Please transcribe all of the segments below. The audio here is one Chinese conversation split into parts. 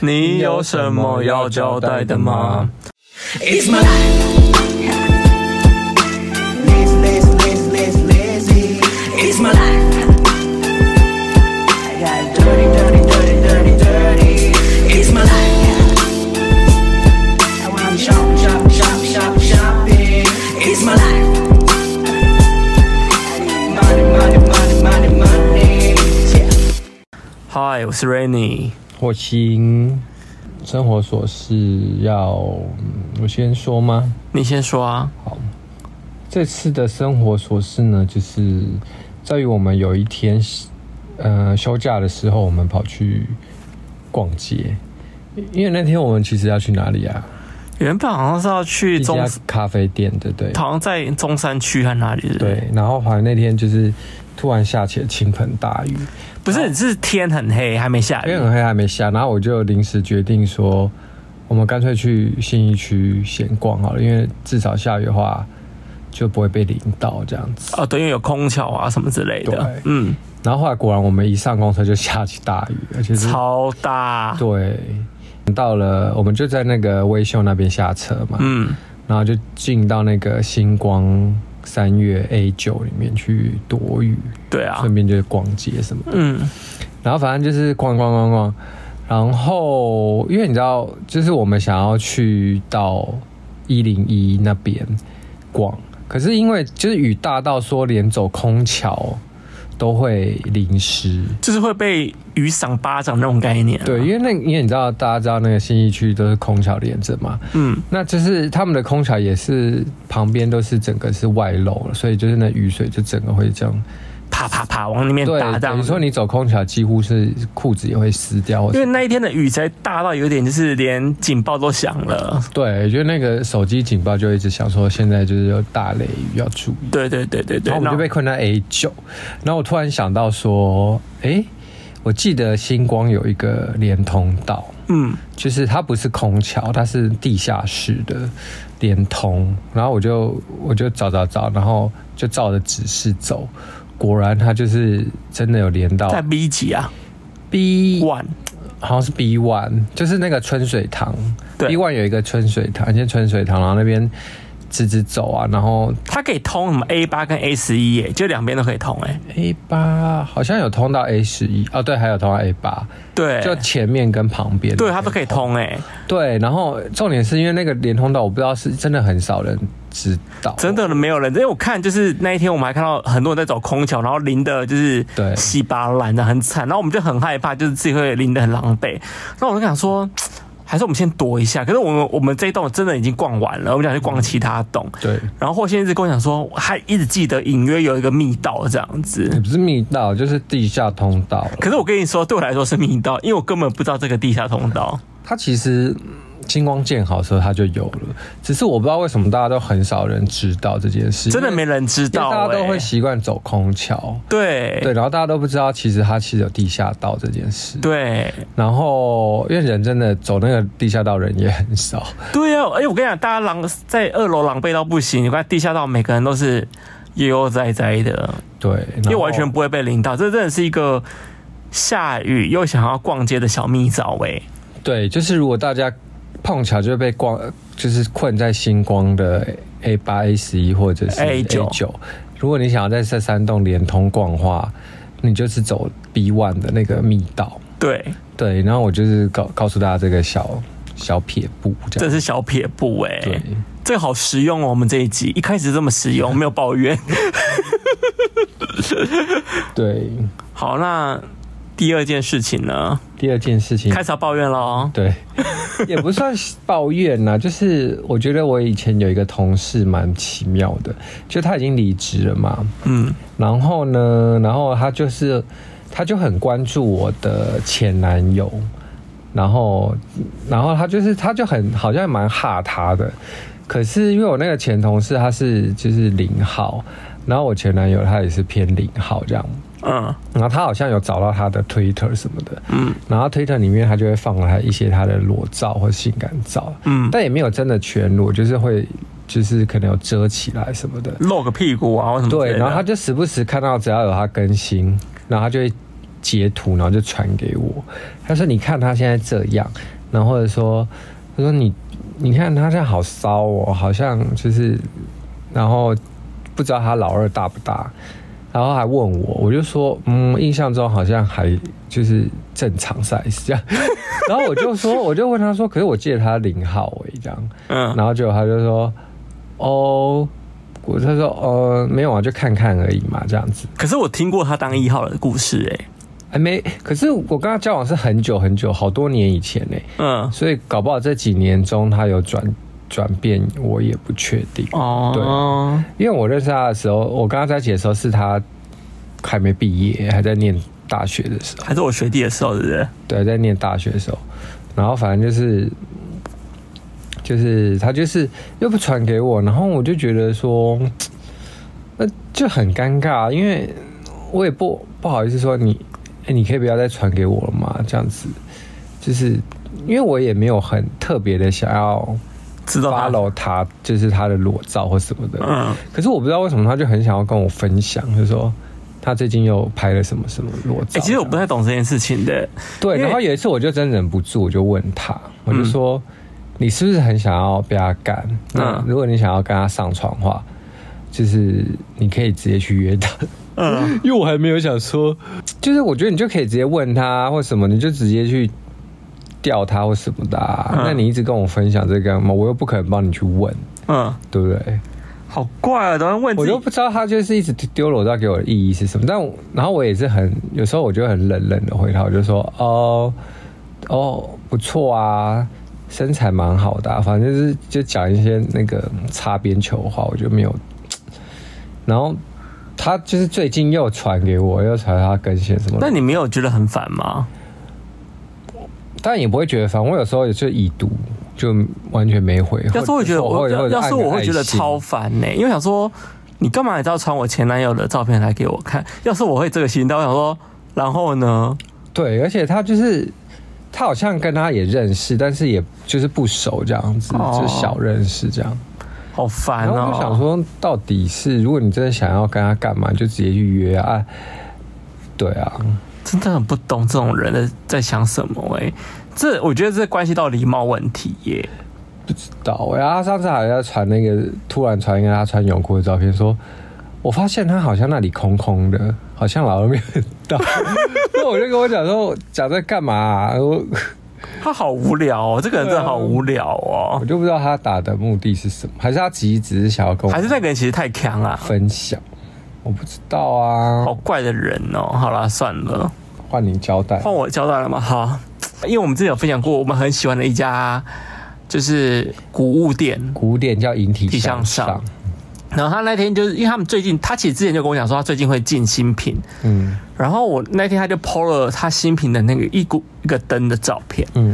你有什么要交代的吗？ It's my life. Lazy, lazy, lazy, lazy, lazy. It's my life. I got dirty, dirty, dirty, dirty, dirty. It's my life. I wanna shop, shop, shop, shop, shopping. It's my life. I need money, money, money, money, money. Yeah. 嗨，我是 Rainy。火星生活琐事要嗯我先说吗？你先说啊。这次的生活琐事呢，就是在于我们有一天，呃，休假的时候，我们跑去逛街，因为那天我们其实要去哪里啊？原本好像是要去一中家，咖啡店，对不对？好像在中山区和哪里是不是，对，然后好像那天就是突然下起了倾盆大雨，不是，是天很黑，还没下因为雨。很黑还没下，然后我就临时决定说，我们干脆去信义区闲逛好了，因为至少下雨的话就不会被淋到这样子。哦，对，因为有空调啊什么之类的对。嗯，然后后来果然我们一上公车就下起大雨，而且是超大。对。到了，我们就在那个微秀那边下车嘛，嗯，然后就进到那个星光三月 A 九里面去躲雨，对啊顺。便就是逛街什么的。嗯，然后反正就是逛逛逛逛，然后因为你知道，就是我们想要去到一零一那边逛，可是因为就是雨大到说连走空桥都会淋湿，就是会被雨赏巴掌那种概念啊。对，因为那因为你知道，大家知道那个新义区都是空桥连着嘛，嗯，那就是他们的空桥也是旁边都是整个是外露了，所以就是那雨水就整个会这样，啪啪啪往里面对打，这等样于子说。你走空桥几乎是裤子也会湿掉，或因者为那一天的雨才大到有点，就是连警报都响了。对，就那个手机警报就一直想说，现在就是有大雷雨要注意。对对对对对，然后我们就被困在 A 九，然后我突然想到说，诶，我记得星光有一个连通道，嗯，就是它不是空桥，它是地下室的连通。然后我就我就找找找，然后就照着指示走，果然它就是真的有连到在 B 级啊 B ，One，好像是 B One，就是那个春水堂。对 B One 有一个春水堂，先春水堂，然后那边直直走啊，然后它可以通什么 A 八跟 A 十一耶，就两边都可以通哎。 A 八好像有通到 A 十一哦，对，还有通到 A 八，对，就前面跟旁边。哎对它都可以通哎，对，然后重点是因为那个连通道，我不知道是真的很少人知道，真的没有人。因为我看就是那一天我们还看到很多人在走空桥，然后淋的就是对稀巴烂的很惨，然后我们就很害怕，就是自己会淋的很狼狈。那我就想说。还是我们先躲一下，可是我们我们这一栋真的已经逛完了，我们想去逛其他栋。嗯对，然后霍先一直跟我讲说，还一直记得隐约有一个密道这样也子。不是密道，就是地下通道了。可是我跟你说，对我来说是密道，因为我根本不知道这个地下通道。它其实嗯星光建好的时候它就有了，只是我不知道为什么大家都很少人知道这件事，真的没人知因为道、欸，欸大家都会习惯走空桥。对对，然后大家都不知道，其实它其实有地下道这件事。对然后因为人真的走那个地下道人也很少，对啊！哎、我跟你讲，大家狼在二楼狼狈到不行，你看地下道每个人都是悠悠哉哉的，对，因然为后完全不会被淋到。这真的是一个下雨又想要逛街的小秘招哎、对，就是如果大家碰巧就被光，就是困在星光的 A 八、A 十一或者是 A A9 九，如果你想要在这三栋连通逛的话，你就是走 B one 的那个密道，对，对，然后我就是告告诉大家这个小小撇步这这样，是小撇步哎、对，这个好实用哦！我们这一集一开始这么实 用，没有抱怨。对，好，那第二件事情呢，第二件事情开始要抱怨哦喽。对，也不算是抱怨啦，就是我觉得我以前有一个同事蛮奇妙的，就他已经离职了嘛，嗯，然后呢，然后他就是他就很关注我的前男友，然后然后他就是他就很好像蛮哈他的，可是因为我那个前同事他是就是零号，然后我前男友他也是偏零号这样，嗯然后他好像有找到他的 Twitter 什么的，嗯然后 Twitter 里面他就会放了他一些他的裸照或性感照，嗯，但也没有真的全裸，就是会就是可能有遮起来什么的。露个屁股啊，或什么之类嗯对，的然后他就时不时看到只要有他更新，然后他就会截图，然后就传给我。他说：“你看他现在这样，然后或者说，他说你你看他现在好骚哦，好像就是，然后不知道他老二大不大。”然后还问我，我就说，嗯，印象中好像还就是正常 size 这样。然后我就说，我就问他说，可是我记得他零号诶、这样。嗯然后结果他就说，哦，我他说，呃，没有啊，就看看而已嘛，这样子。可是我听过他当一号的故事、欸，还没，可是我跟他交往是很久很久，好多年以前呢、嗯，所以搞不好这几年中他有转转变，我也不确定。哦，因为我认识他的时候，我跟他在一起的时候是他还没毕业，还在念大学的时候，还是我学弟的时候，对不对？对，还在念大学的时候，然后反正就是就是他就是又不传给我，然后我就觉得说，那就很尴尬，啊因为我也不不好意思说你，哎，你可以不要再传给我了嘛，这样子，就是因为我也没有很特别的想要知道他， follow 他，就是他的裸照或什么的，嗯，可是我不知道为什么他就很想要跟我分享，就说他最近又拍了什么什么裸哎、照。其实我不太懂这件事情的，对，因为然后有一次我就真忍不住，我就问他，我就说、你是不是很想要被他干？那嗯如果你想要跟他上床的话，就是你可以直接去约他。嗯， 因为我还没有想说， 就是我觉得你就可以直接问他或什么，你就直接去钓他或什么的、啊。嗯那你一直跟我分享这个嘛，我又不可能帮你去问，嗯，对不对？好怪啊，等下问自我己就不知道他就是一直丢裸照给我的意义是什么，但我然后我也是很有时候我就很冷冷的回他，我就说哦哦不错啊，身材蛮好的啊、反正就是就讲一些那个擦边球话，我就没有。然后他就是最近又传给我，又传他更新什么的，那你没有觉得很烦吗？但也不会觉得烦。我有时候也是已读，就完全没回。要是我会觉得或我者要或者要是我按个会觉得爱心超烦呢、因为想说你干嘛你知道传我前男友的照片来给我看？要是我会这个心态，我想说，然后呢？对，而且他就是他好像跟他也认识，但是也就是不熟这样子，哦就小认识这样。好烦然后哦、我就想，说，到底是如果你真的想要跟他干嘛，就直接去约啊。啊对啊，真的很不懂这种人的在想什么哎、这我觉得这关系到礼貌问题耶、不知道。然后啊他上次好像传那个，突然传一个他穿泳裤的照片，说。我发现他好像那里空空的，好像老二没有 到。那我就跟我讲说，讲在干嘛啊、我他好无聊哦、这个人真的好无聊哦、我就不知道他打的目的是什么，还是他其实只是想要跟我还是那个人其实太强啊，分享？我不知道啊好，怪的人哦、好啦，算了。换你交代。换我交代了吗？好，因为我们之前有分享过，我们很喜欢的一家就是古物店。古典叫引体体向上向上，然后他那天就是因为他们最近，他其实之前就跟我讲说他最近会进新品，嗯然后我那天他就 PO 了他新品的那个一股一个灯的照片，嗯，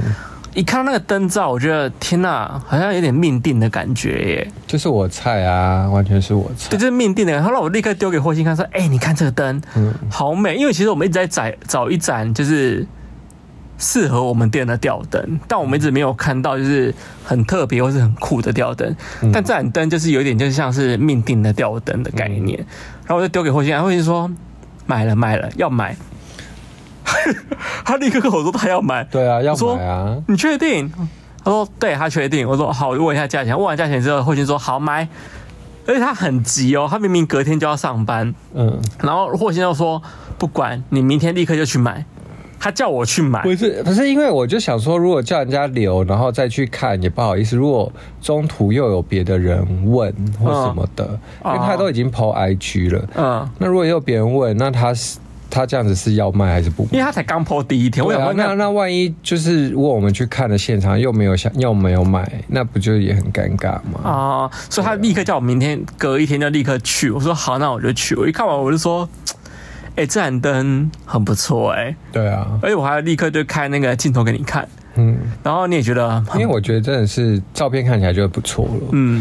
一看到那个灯照，我觉得天呐，好像有点命定的感觉耶，就是我菜啊，完全是我菜对，。就是命定的感觉。后来我立刻丢给霍星看说，哎、你看这个灯嗯，好美，因为其实我们一直在找找一盏就是适合我们店的吊灯，但我们一直没有看到就是很特别或是很酷的吊灯。但这盏灯就是有点就像是命定的吊灯的概念。然后我就丢给霍星，霍星说买了买了要买， 他立刻跟我说他要买，对啊，要我说买啊，你确定？他说对，他确定。我说好，我问一下价钱。问完价钱之后，霍星说好买，而且他很急哦，他明明隔天就要上班。嗯，然后霍先生说：“不管你明天立刻就去买。”他叫我去买，不是不是，因为我就想说，如果叫人家留，然后再去看也不好意思。如果中途又有别的人问或什么的，因为他都已经 PO IG 了，嗯，那如果又有别人问，那他是他这样子是要卖还是不因卖？为他才刚剖第一天，我对想啊，问那他，那万一就是如果我们去看了现场又没有想又没有买，那不就也很尴尬吗？啊、所以他立刻叫我明天隔一天就立刻去。我说好，那我就去。我一看完我就说。哎、这盏灯很不错哎、对啊，而且我还立刻就开那个镜头给你看，嗯，然后你也觉得很，因为我觉得真的是照片看起来就不错了，嗯，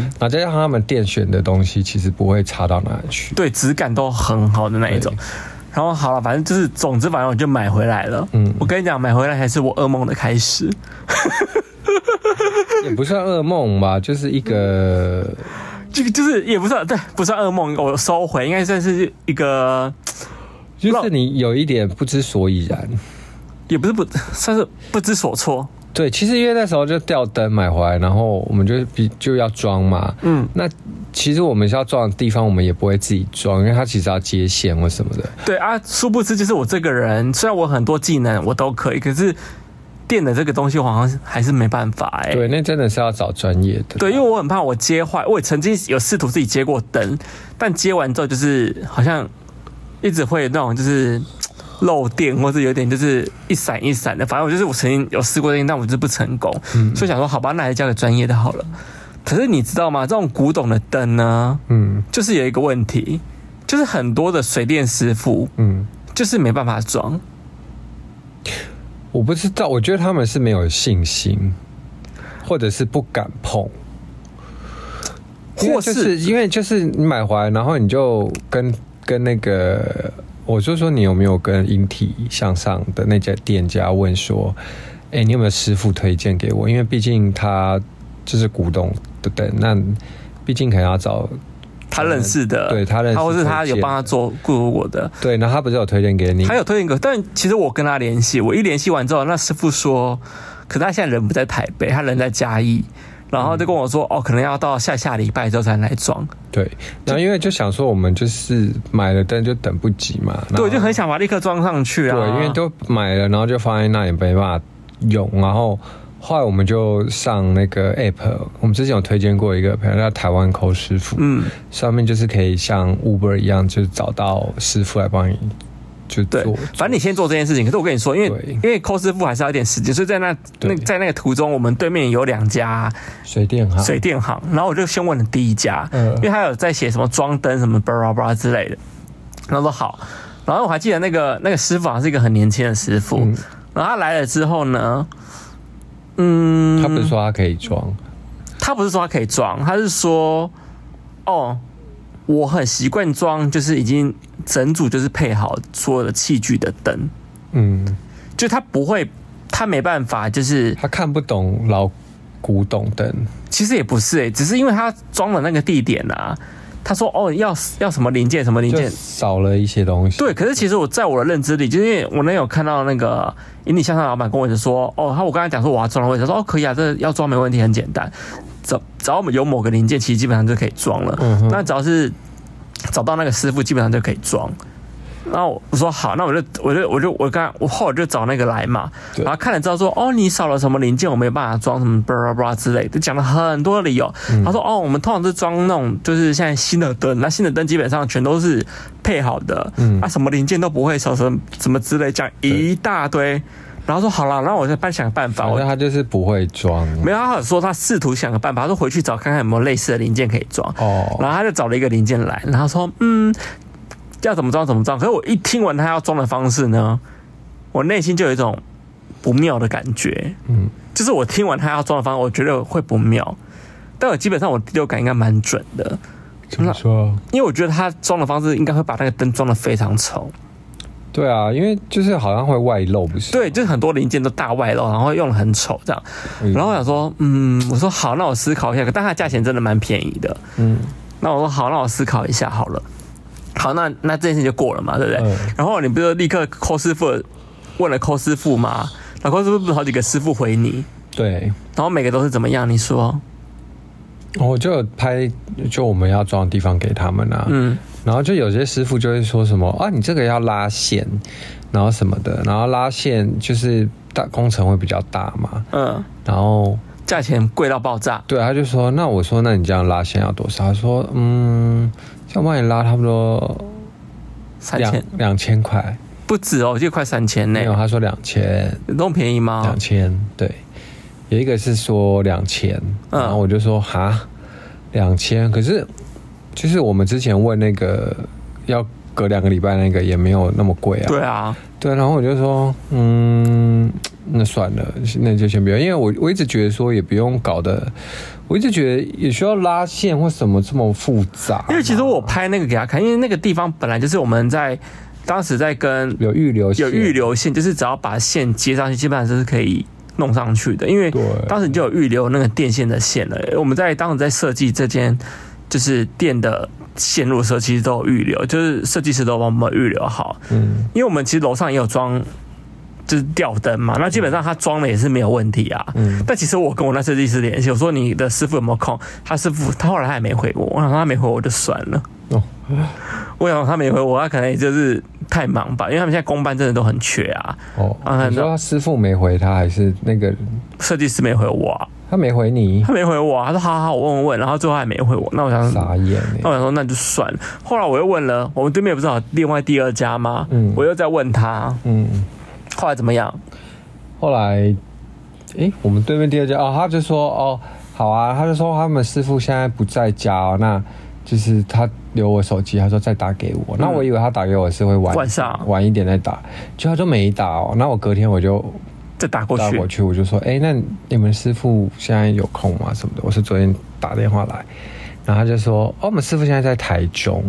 嗯，然后再加上他们店选的东西其实不会差到哪里去，对质感都很好的那一种对。然后好了，反正就是，总之反正我就买回来了。嗯嗯，我跟你讲，买回来才是我噩梦的开始。也不算噩梦吧，就是一个这个就是也不算对，不算噩梦，我收回，应该算是一个就是你有一点不知所以然。也不是不算是不知所措。对，其实因为那时候就吊灯买回来，然后我们就比就要装嘛。嗯，那其实我们要装的地方，我们也不会自己装，因为它其实要接线或什么的。对啊，殊不知就是我这个人，虽然我很多技能我都可以，可是电的这个东西我好像还是没办法哎、对，那真的是要找专业的。对，因为我很怕我接坏，我也曾经有试图自己接过灯，但接完之后就是好像一直会有那种就是漏电，或是有点就是一闪一闪的。反正我就是我曾经有试过这件，但我就是不成功，嗯所以想说好吧，那还是交给专业的好了。可是你知道吗？这种古董的灯呢，嗯就是有一个问题，就是很多的水电师傅嗯，就是没办法装。我不知道，我觉得他们是没有信心，或者是不敢碰。因为或就是是因为就是你买回来，然后你就跟跟那个，我就说你有没有跟引体向上的那家店家问说，哎、你有没有师傅推荐给我？因为毕竟他就是古董的等，那毕竟可能要找他认识的，对他认识呃啊他或是他推有荐帮他做雇我的，对，那他不是有推荐给你？还有推荐个，但其实我跟他联系，我一联系完之后，那师傅说，可是他现在人不在台北，他人在嘉义，然后就跟我嗯说，哦，可能要到下下礼拜之后才来装。对，然后因为就想说我们就是买了灯就等不及嘛，然后对，我就很想把它立刻装上去啊，对，因为都买了，然后就放在那里没办法用，然后后来我们就上那个 app，我们之前有推荐过一个朋友叫台湾抠师傅，嗯，上面就是可以像 Uber 一样，就是找到师傅来帮你就做对，，反正你先做这件事情。可是我跟你说，因为对因为寇师傅还是要有点时间，所以在那那对在那个途中，我们对面有两家水电行，水电行，然后我就先问了第一家，啊嗯因为他有在写什么装灯什么巴拉巴拉之类的，然后说好，然后我还记得那个那个师傅好像啊是一个很年轻的师傅，嗯然后他来了之后呢，嗯，他不是说他可以装，他不是说他可以装，他是说哦，我很习惯装，就是已经整组就是配好所有的器具的灯，嗯，就他不会，他没办法就是他看不懂老古董灯，其实也不是、欸，只是因为他装的那个地点啊，他说哦要要什么零件什么零就件，少了一些东西，对。可是其实我在我的认知里，就是因为我那有看到那个引体向上的老板跟我就说，哦，他我刚才讲说我要装的位置，他说哦可以啊，这要装没问题，很简单，只只要我们有某个零件，其实基本上就可以装了。嗯哼那只要是找到那个师傅，基本上就可以装。然后我说好，那我就我就我就我刚我后来就找那个来嘛，对然后看了之后说哦你少了什么零件，我没办法装什么巴拉巴拉之类的，讲了很多理由。嗯他说哦我们通常是装那种就是现在新的灯，那新的灯基本上全都是配好的，嗯啊什么零件都不会少什么什么之类，讲一大堆。然后说好了，那我再帮你想个办法，反我正他就是不会装，没有，他有说他试图想个办法，他说回去找看看有没有类似的零件可以装。哦然后他就找了一个零件来，然后说嗯，要怎么装怎么装。可是我一听完他要装的方式呢，我内心就有一种不妙的感觉。嗯，就是我听完他要装的方式，我觉得会不妙。但我基本上我第六感应该蛮准的，怎么说？因为我觉得他装的方式应该会把那个灯装的非常丑。对啊，因为就是好像会外露，不是？对，就是很多零件都大外露，然后用的很丑这样。嗯，然后我想说，嗯，我说好，那我思考一下，但它的价钱真的蛮便宜的。嗯那我说好，那我思考一下好了。好，那那这件事情就过了嘛，对不对？嗯然后你不是立刻扣师傅问了扣师傅嘛？然后扣师傅不是好几个师傅回你，对，然后每个都是怎么样？你说，我就有拍，就我们要装的地方给他们啊。嗯，然后就有些师傅就会说什么啊，你这个要拉线，然后什么的，然后拉线就是大工程会比较大嘛。嗯，然后价钱贵到爆炸，对，他就说，那我说，那你这样拉线要多少？他说，嗯，像我帮你拉差不多三两千两千块，不止哦，我记得快三千呢没，有，他说两千，有那么便宜吗两？千，对，有一个是说两千，嗯然后我就说哈，两千，可是就是我们之前问那个要隔两个礼拜那个也没有那么贵啊，对啊，对，然后我就说，嗯，那算了，那就先不要，因为我我一直觉得说也不用搞得，我一直觉得也需要拉线或什么这么复杂，因为其实我拍那个给他看，因为那个地方本来就是我们在当时在跟有预留线有预，留线，就是只要把线接上去，基本上就是可以弄上去的。因为对当时就有预留那个电线的线了。我们在当时在设计这间就是店的线路的时候，其实都有预留，就是设计师都帮我们预留好。嗯因为我们其实楼上也有装，就是吊灯嘛，那基本上他装了也是没有问题啊。嗯但其实我跟我那设计师联系，我说你的师傅有没有空？他师傅他后来他也没回我，我想他没回我就算了。哦我想他没回我，他可能也就是太忙吧，因为他们现在公班真的都很缺啊，啊哦，你说他师傅没回他，还是那个设计师没回我、啊，他没回你他？没回我、啊，他说好好好我问问问，然后最后还没回我，那我想傻眼那哎！我想说那就算了。后来我又问了，我们对面不是有另外第二家吗？嗯我又在问他，嗯，后来怎么样？后来，诶，我们对面第二家哦，他就说哦，好啊，他就说他们师傅现在不在家哦，那就是他留我手机，他说再打给我。那我以为他打给我是会晚晚上晚一点再打，结果他就没打哦。那我隔天我就再打过打去过，去，我就说，哎、那你们师傅现在有空吗？什么的？我是昨天打电话来，然后他就说，哦，我们师傅现在在台中，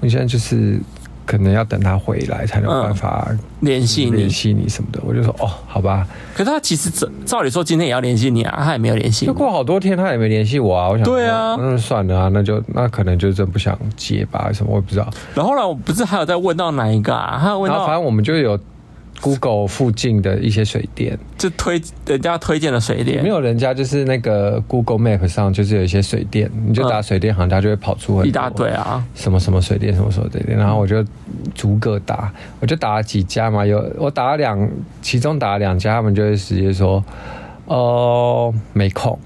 我现在就是可能要等他回来才能有嗯办法联系你联。系你什么的。我就说，哦，好吧，可是他其实照照理说今天也要联系你啊，他也没有联系就你。过好多天他也没联系我啊，我想说，对啊那就算了啊，那就那可能就真不想接吧，什么我也不知道。然后呢，我不是还有在问到哪一个啊？还有问然后反到正我们就有 Google 附近的一些水电，就推人家推荐的水电，没有人家就是那个 Google Map 上就是有一些水电，你就打嗯水电行，它就会跑出很多一大堆啊。什么什么水电，什么什么水电，然后我就逐个打，我就打了几家嘛，有我打了两，其中打了两家，他们就会直接说，哦、没空，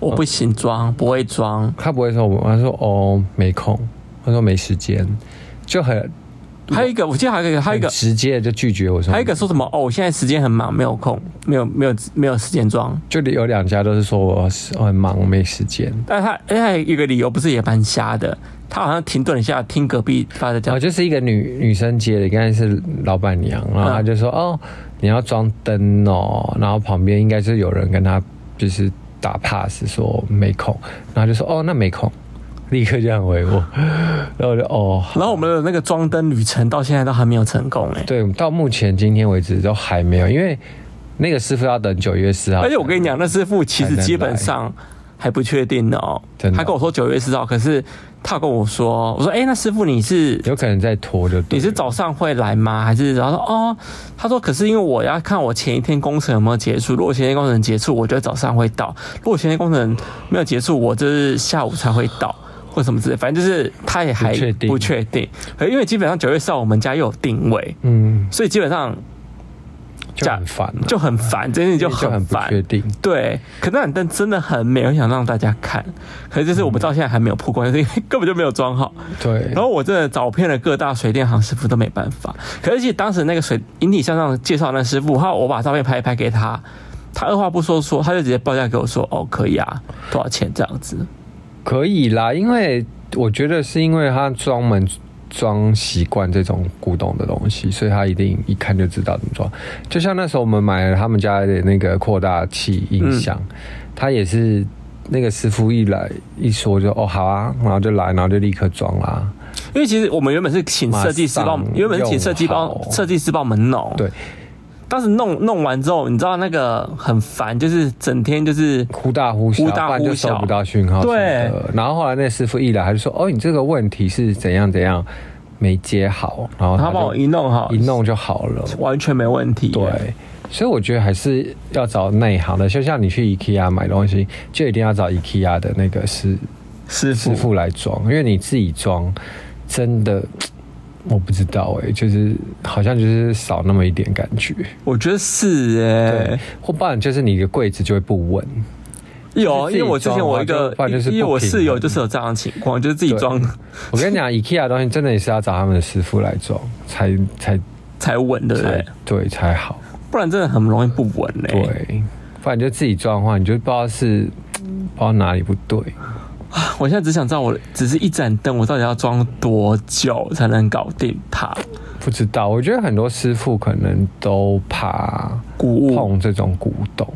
我不行嗯装，不会装，他不会说我，他说哦没空，他说没时间，就很还有一个，我记得还有一个，还有一个很，直接的就拒绝我说，还有一个说什么哦，我现在时间很忙，没有空，没有没有没有时间装。就有两家都是说我很忙没时间，但他哎，还有一个理由不是也蛮瞎的，他好像停顿了一下，听隔壁发的然叫后，就是一个女女生接的，应该是老板娘，嗯然后她就说：“哦，你要装灯哦。”然后旁边应该是有人跟她就是打 pass 说没空，然后就说：“哦，那没空。”立刻就很回我， 然后我就哦，然后我们的那个装灯旅程到现在都还没有成功哎、对，到目前今天为止都还没有，因为那个师傅要等九月四号，而且我跟你讲，那师傅其实基本上还不确定哦真，的他跟我说九月四号，可是他跟我说，我说哎、那师傅你是有可能再拖就对你是了早上会来吗？还是然后说哦，他说可是因为我要看我前一天工程有没有结束，如果前一天工程结束，我就早上会到；如果前一天工程没有结束，我就是下午才会到。或什么之类，反正就是他也还不确定不确定，可因为基本上九月四号我们家又有定位，嗯，所以基本上就很烦啊、就很烦，这件事情就就很很不烦。确定。对，可那盏灯真的很美，我想让大家看。可是就是我们到现在还没有曝光，就是因为 根本就没有装好。对然，后我真的找遍了各大水电行师傅都没办法。可是其实当时那个水引体向上介绍的那师傅，他我把照片拍一拍给他，他二话不说说，他就直接报价给我说：“哦，可以啊，多少钱这样子可以啦，因为我觉得是因为他专门装习惯这种古董的东西，所以他一定一看就知道怎么装。就像那时候我们买了他们家的那个扩大器音响，嗯他也是那个师傅一来一说就哦好啊，然后就来，然后就立刻装啦。？”因为其实我们原本是请设计师帮我们马，上原本是请设计帮用好设计师帮我们弄。对，当时弄弄完之后，你知道那个很烦，就是整天就是忽大忽小，忽大忽小不然就收不到讯号。对。然后后来那师傅一来，他就说：“哦，你这个问题是怎样怎样没接好。”然后他啊就帮我一弄好，一弄就好了。完全没问题。对，所以我觉得还是要找内行的，就像你去 IKEA 买东西，就一定要找 IKEA 的那个师师师傅傅来装，因为你自己装，真的我不知道哎、就是好像就是少那么一点感觉，我觉得是哎、对，或不然就是你的柜子就会不稳，有，因为我之前我一就是自己装个的话就不然就是，不因为我平室友衡就是有这样的情况，就是自己对装我跟你讲，IKEA 的东西真的也是要找他们的师傅来装，才才才稳，对不哎才对？对才好，不然真的很容易不稳嘞、对，不然就自己装的话，你就不知道是不知道哪里不对。我现在只想知道我，只是一盏灯，我到底要装多久才能搞定它？不知道，我觉得很多师傅可能都怕古物，碰这种古董，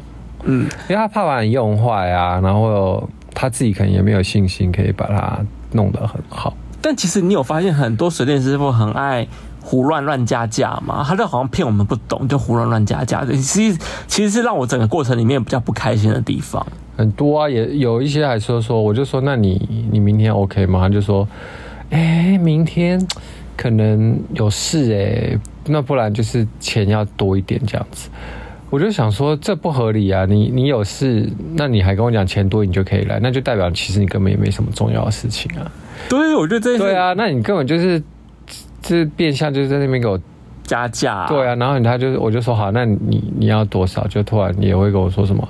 嗯，因为他怕把你用坏啊，然后他自己可能也没有信心可以把它弄得很好。但其实你有发现，很多水电师傅很爱胡乱乱加价嘛，他就好像骗我们不懂，就胡乱乱加价的。其实其实是让我整个过程里面比较不开心的地方。很多啊，也有一些还说说，我就说那你你明天 OK 吗？他就说，哎、明天可能有事哎、那不然就是钱要多一点这样子。我就想说这不合理啊，你你有事，那你还跟我讲钱多你就可以来，那就代表其实你根本也没什么重要的事情啊。对，我觉得这对是啊，那你根本就是这变相就是在那边给我加价、对啊，然后他就我就说好，那你你要多少？就突然也会跟我说什么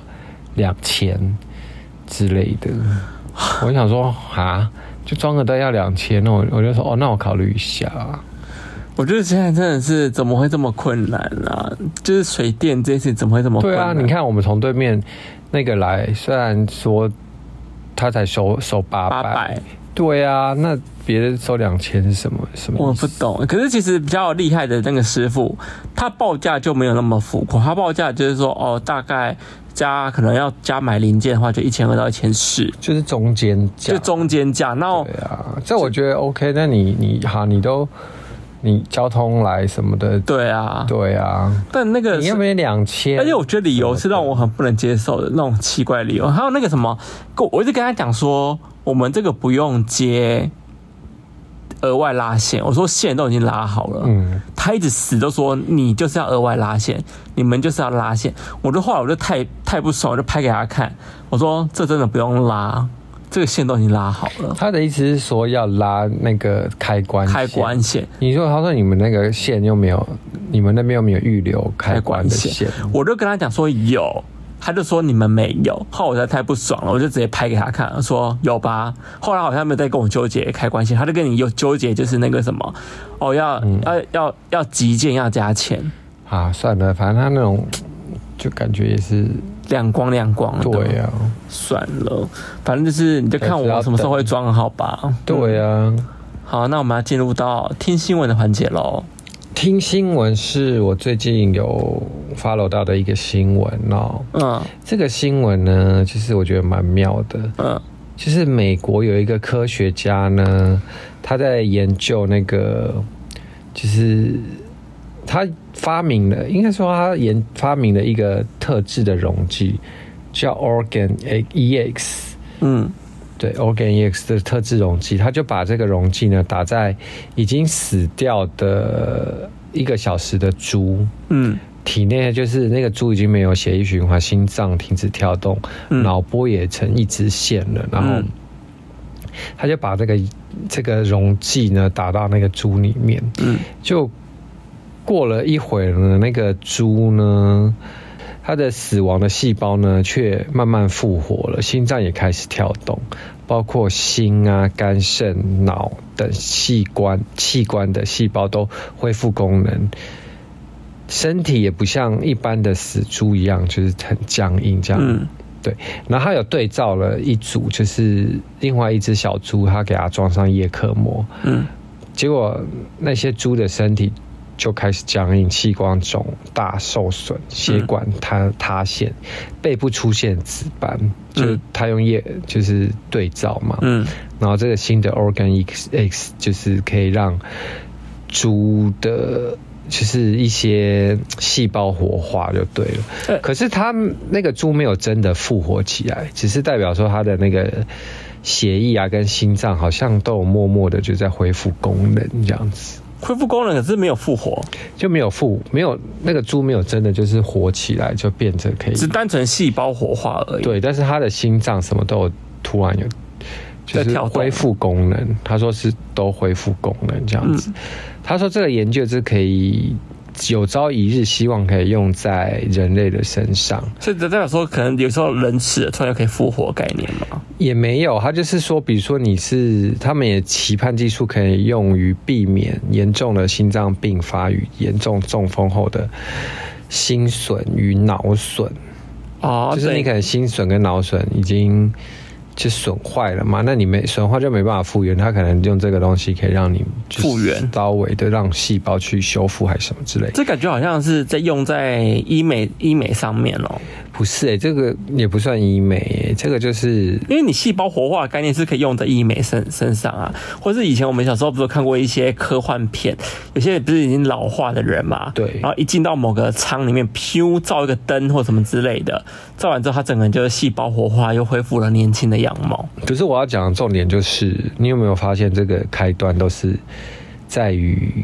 两千之类 的。我想说啊，就装个灯要两千，那我我就说哦，那我考虑一下。啊我觉得现在真的是怎么会这么困难啊？就是水电这件事情怎么会这么困对难？啊，你看我们从对面那个来，虽然说他才收收八八百，百，对啊，那别人收两千是什么什么我意思不？懂。可是其实比较厉害的那个师傅，他报价就没有那么浮夸，他报价就是说哦，大概加可能要加买零件的话，就一千二到一千四，就是中间价，就中间价。那我对啊，这我觉得 OK。那你你好，你都你交通来什么的，对啊，对啊，但那个你要不是。哎要两千？而且我觉得理由是让我很不能接受的那种奇怪理由，还有那个什么，我我一直跟他讲说，我们这个不用接额外拉线，我说线都已经拉好了，嗯，他一直死都说你就是要额外拉线，你们就是要拉线。我就后来我就太太不爽，我就拍给他看，我说这真的不用拉，这个线都已经拉好了，他的意思是说要拉那个开关线开关。线。你说他说你们那个线又没有，你们那边又没有预留开关的线，我就跟他讲说有，他就说你们没有。后来我实在太不爽了，我就直接拍给他看，说有吧。后来好像没有再跟我纠结开关线，他就跟你有纠结，就是那个什么，哦要、嗯要要要急件要加钱，啊？算了，反正他那种就感觉也是亮光亮光的，对啊，嗯算了，反正就是你就看我什么时候会装好吧。对啊。好，那我们要进入到听新闻的环节喽。听新闻是我最近有 follow 到的一个新闻哦。嗯这个新闻呢，其实我觉得蛮妙的。嗯就是美国有一个科学家呢，他在研究那个，就是他发明了，应该说他研发明了一个特制的溶剂，叫 Organ EX。嗯对 Organ EX 的特制溶剂，他就把这个溶剂呢打在已经死掉的一个小时的猪，嗯体内就是那个猪已经没有血液循环，心脏停止跳动，嗯脑波也成一直线了，然后嗯他就把这个这个溶剂呢打到那个猪里面，嗯就过了一会儿呢，那个猪呢，它的死亡的细胞呢却慢慢复活了，心脏也开始跳动，包括心啊、肝、肾、脑等器官器官的细胞都恢复功能。身体也不像一般的死猪一样，就是很僵硬这样。嗯对，然后他有对照了一组，就是另外一只小猪，他给它装上叶克膜，嗯结果那些猪的身体就开始僵硬，器官肿大受损，血管塌塌陷，背部出现紫斑，就是他用叶就是对照嘛，嗯然后这个新的 Organ X X 就是可以让猪的，就是一些细胞活化就对了。呃可是它那个猪没有真的复活起来，只是代表说它的那个血液啊跟心脏好像都有默默的就在恢复功能这样子。恢复功能可是没有复活，就没有复没有那个猪没有真的就是活起来，就变成可以只单纯细胞活化而已。对，但是他的心脏什么都有突然有，就在是跳动恢复功能。他说是都恢复功能这样子。嗯他说这个研究是可以有朝一日希望可以用在人类的身上，所以代表说，可能有时候人死了突然就可以复活概念嘛？也没有。他就是说，比如说你是，他们也期盼技术可以用于避免严重的心脏病发与严重中风后的心损与脑损。哦，就是你可对能心损跟脑损已经就损坏了嘛，那你没损坏就没办法复原，它可能用这个东西可以让你就是复原稍微的让细胞去修复还是什么之类的。这感觉好像是在用在医美医美上面哦。不是哎、这个也不算医美、欸，这个就是因为你细胞活化的概念是可以用在医美身身上啊，或是以前我们小时候不是有看过一些科幻片，有些不是已经老化的人嘛，对然后一进到某个舱里面，噗，照一个灯或什么之类的，照完之后他整个人就是细胞活化，又恢复了年轻的样貌。可是我要讲的重点就是，你有没有发现这个开端都是在于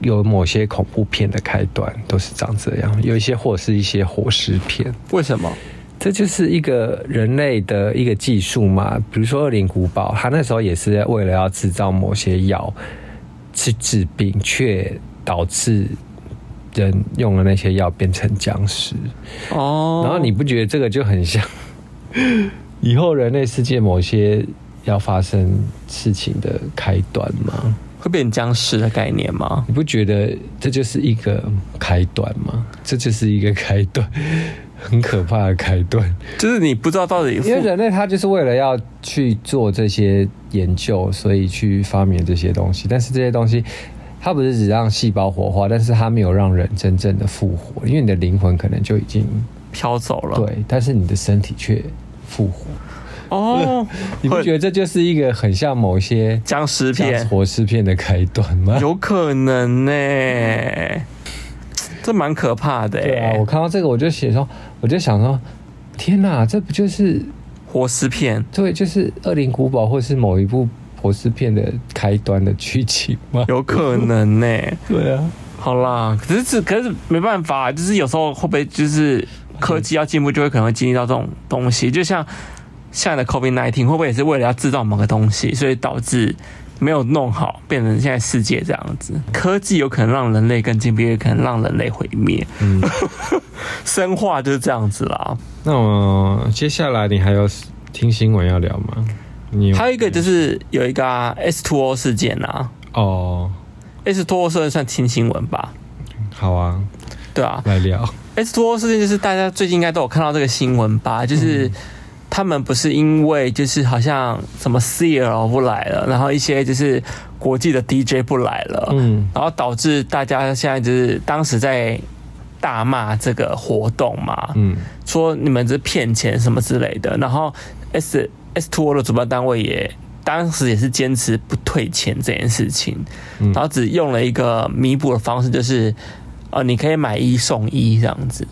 有某些恐怖片的开端都是长这样，有一些或是一些火尸片，为什么？这就是一个人类的一个技术嘛。比如说《恶灵古堡》，它那时候也是为了要制造某些药去治病，却导致人用了那些药变成僵尸。哦，然后你不觉得这个就很像 以后人类世界某些要发生事情的开端吗？会变僵尸的概念吗？你不觉得这就是一个开端吗？这就是一个开端，很可怕的开端。就是你不知道到底因为人类他就是为了要去做这些研究，所以去发明这些东西。但是这些东西，它不是只让细胞活化，但是它没有让人真正的复活，因为你的灵魂可能就已经飘走了。，对，但是你的身体却复活。哦，你不觉得得这就是一个很像某些 僵尸像片活尸片的开端吗？有可能呢、这蛮可怕的、欸。对啊，我看到这个我就写说，我就想说，天哪，这不就是活尸片对，就是《恶灵古堡》或是某一部活尸片的开端的剧情吗？有可能呢、 对啊，好啦，可是这可是没办法，就是有时候会不会就是科技要进步，就会可能会经历到这种东西，就像现在的 COVID nineteen 会不会也是为了要制造某个东西，所以导致没有弄好，变成现在世界这样子？科技有可能让人类更进步，也可能让人类毁灭。嗯生化就是这样子啦。那我接下来你还有听新闻要聊吗？你有还有一个就是有一个、啊、S two O 事件啊哦， ，S two O 算算轻新闻吧？好啊，对啊，来聊。 S two O 事件就是大家最近应该都有看到这个新闻吧？就是嗯他们不是因为就是好像什么 CL 不来了，然后一些就是国际的 DJ 不来了，嗯然后导致大家现在就是当时在大骂这个活动嘛，嗯，说你们这骗钱什么之类的。然后 S S two O 的主办单位也当时也是坚持不退钱这件事情，嗯然后只用了一个弥补的方式，就是呃你可以买一送一这样子。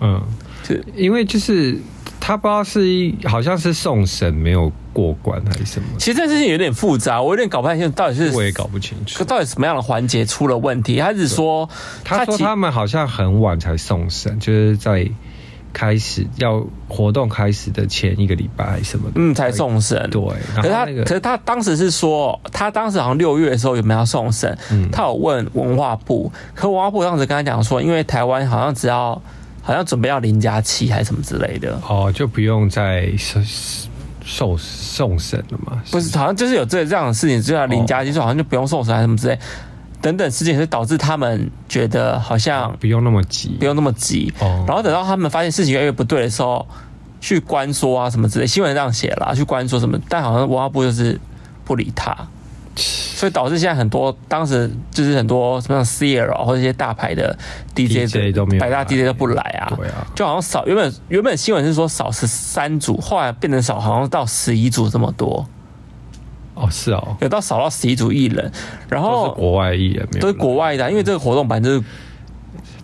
嗯是，因为就是他不知道是一好像是送审没有过关还是什么，其实这件事情有点复杂，我有点搞不太清楚到底是我也搞不清楚。到底什么样的环节出了问题。他只说他说其他们好像很晚才送审，就是在开始要活动开始的前一个礼拜还是什么的。嗯才送审，对，可然后是他，那可个是他当时是说，他当时好像六月的时候有没有要送审？嗯他有问文化部，可文化部当时跟他讲说，因为台湾好像只要好像准备要零加七还是什么之类的，哦，就不用再受受送审了嘛？不是，好像就是有这这样的事情，就要零加七，就好像就不用送审还是什么之类，等等事情，所以导致他们觉得好像哦不用那么急，不用那么急。哦然后等到他们发现事情越来越不对的时候，去关说啊什么之类，新闻这样写啦，去关说什么，但好像文化部就是不理他，所以导致现在很多当时就是很多什么像 CL 或者一些大牌的 DJ, DJ 都没有百大来 DJ 都不来啊，对啊就好像少原本原本新闻是说少十三组，后来变成少好像到十一组这么多，哦，是哦，有到少到十一组艺人，然都后是国外艺人，没有哦都是国外的啊、因为这个活动本来就是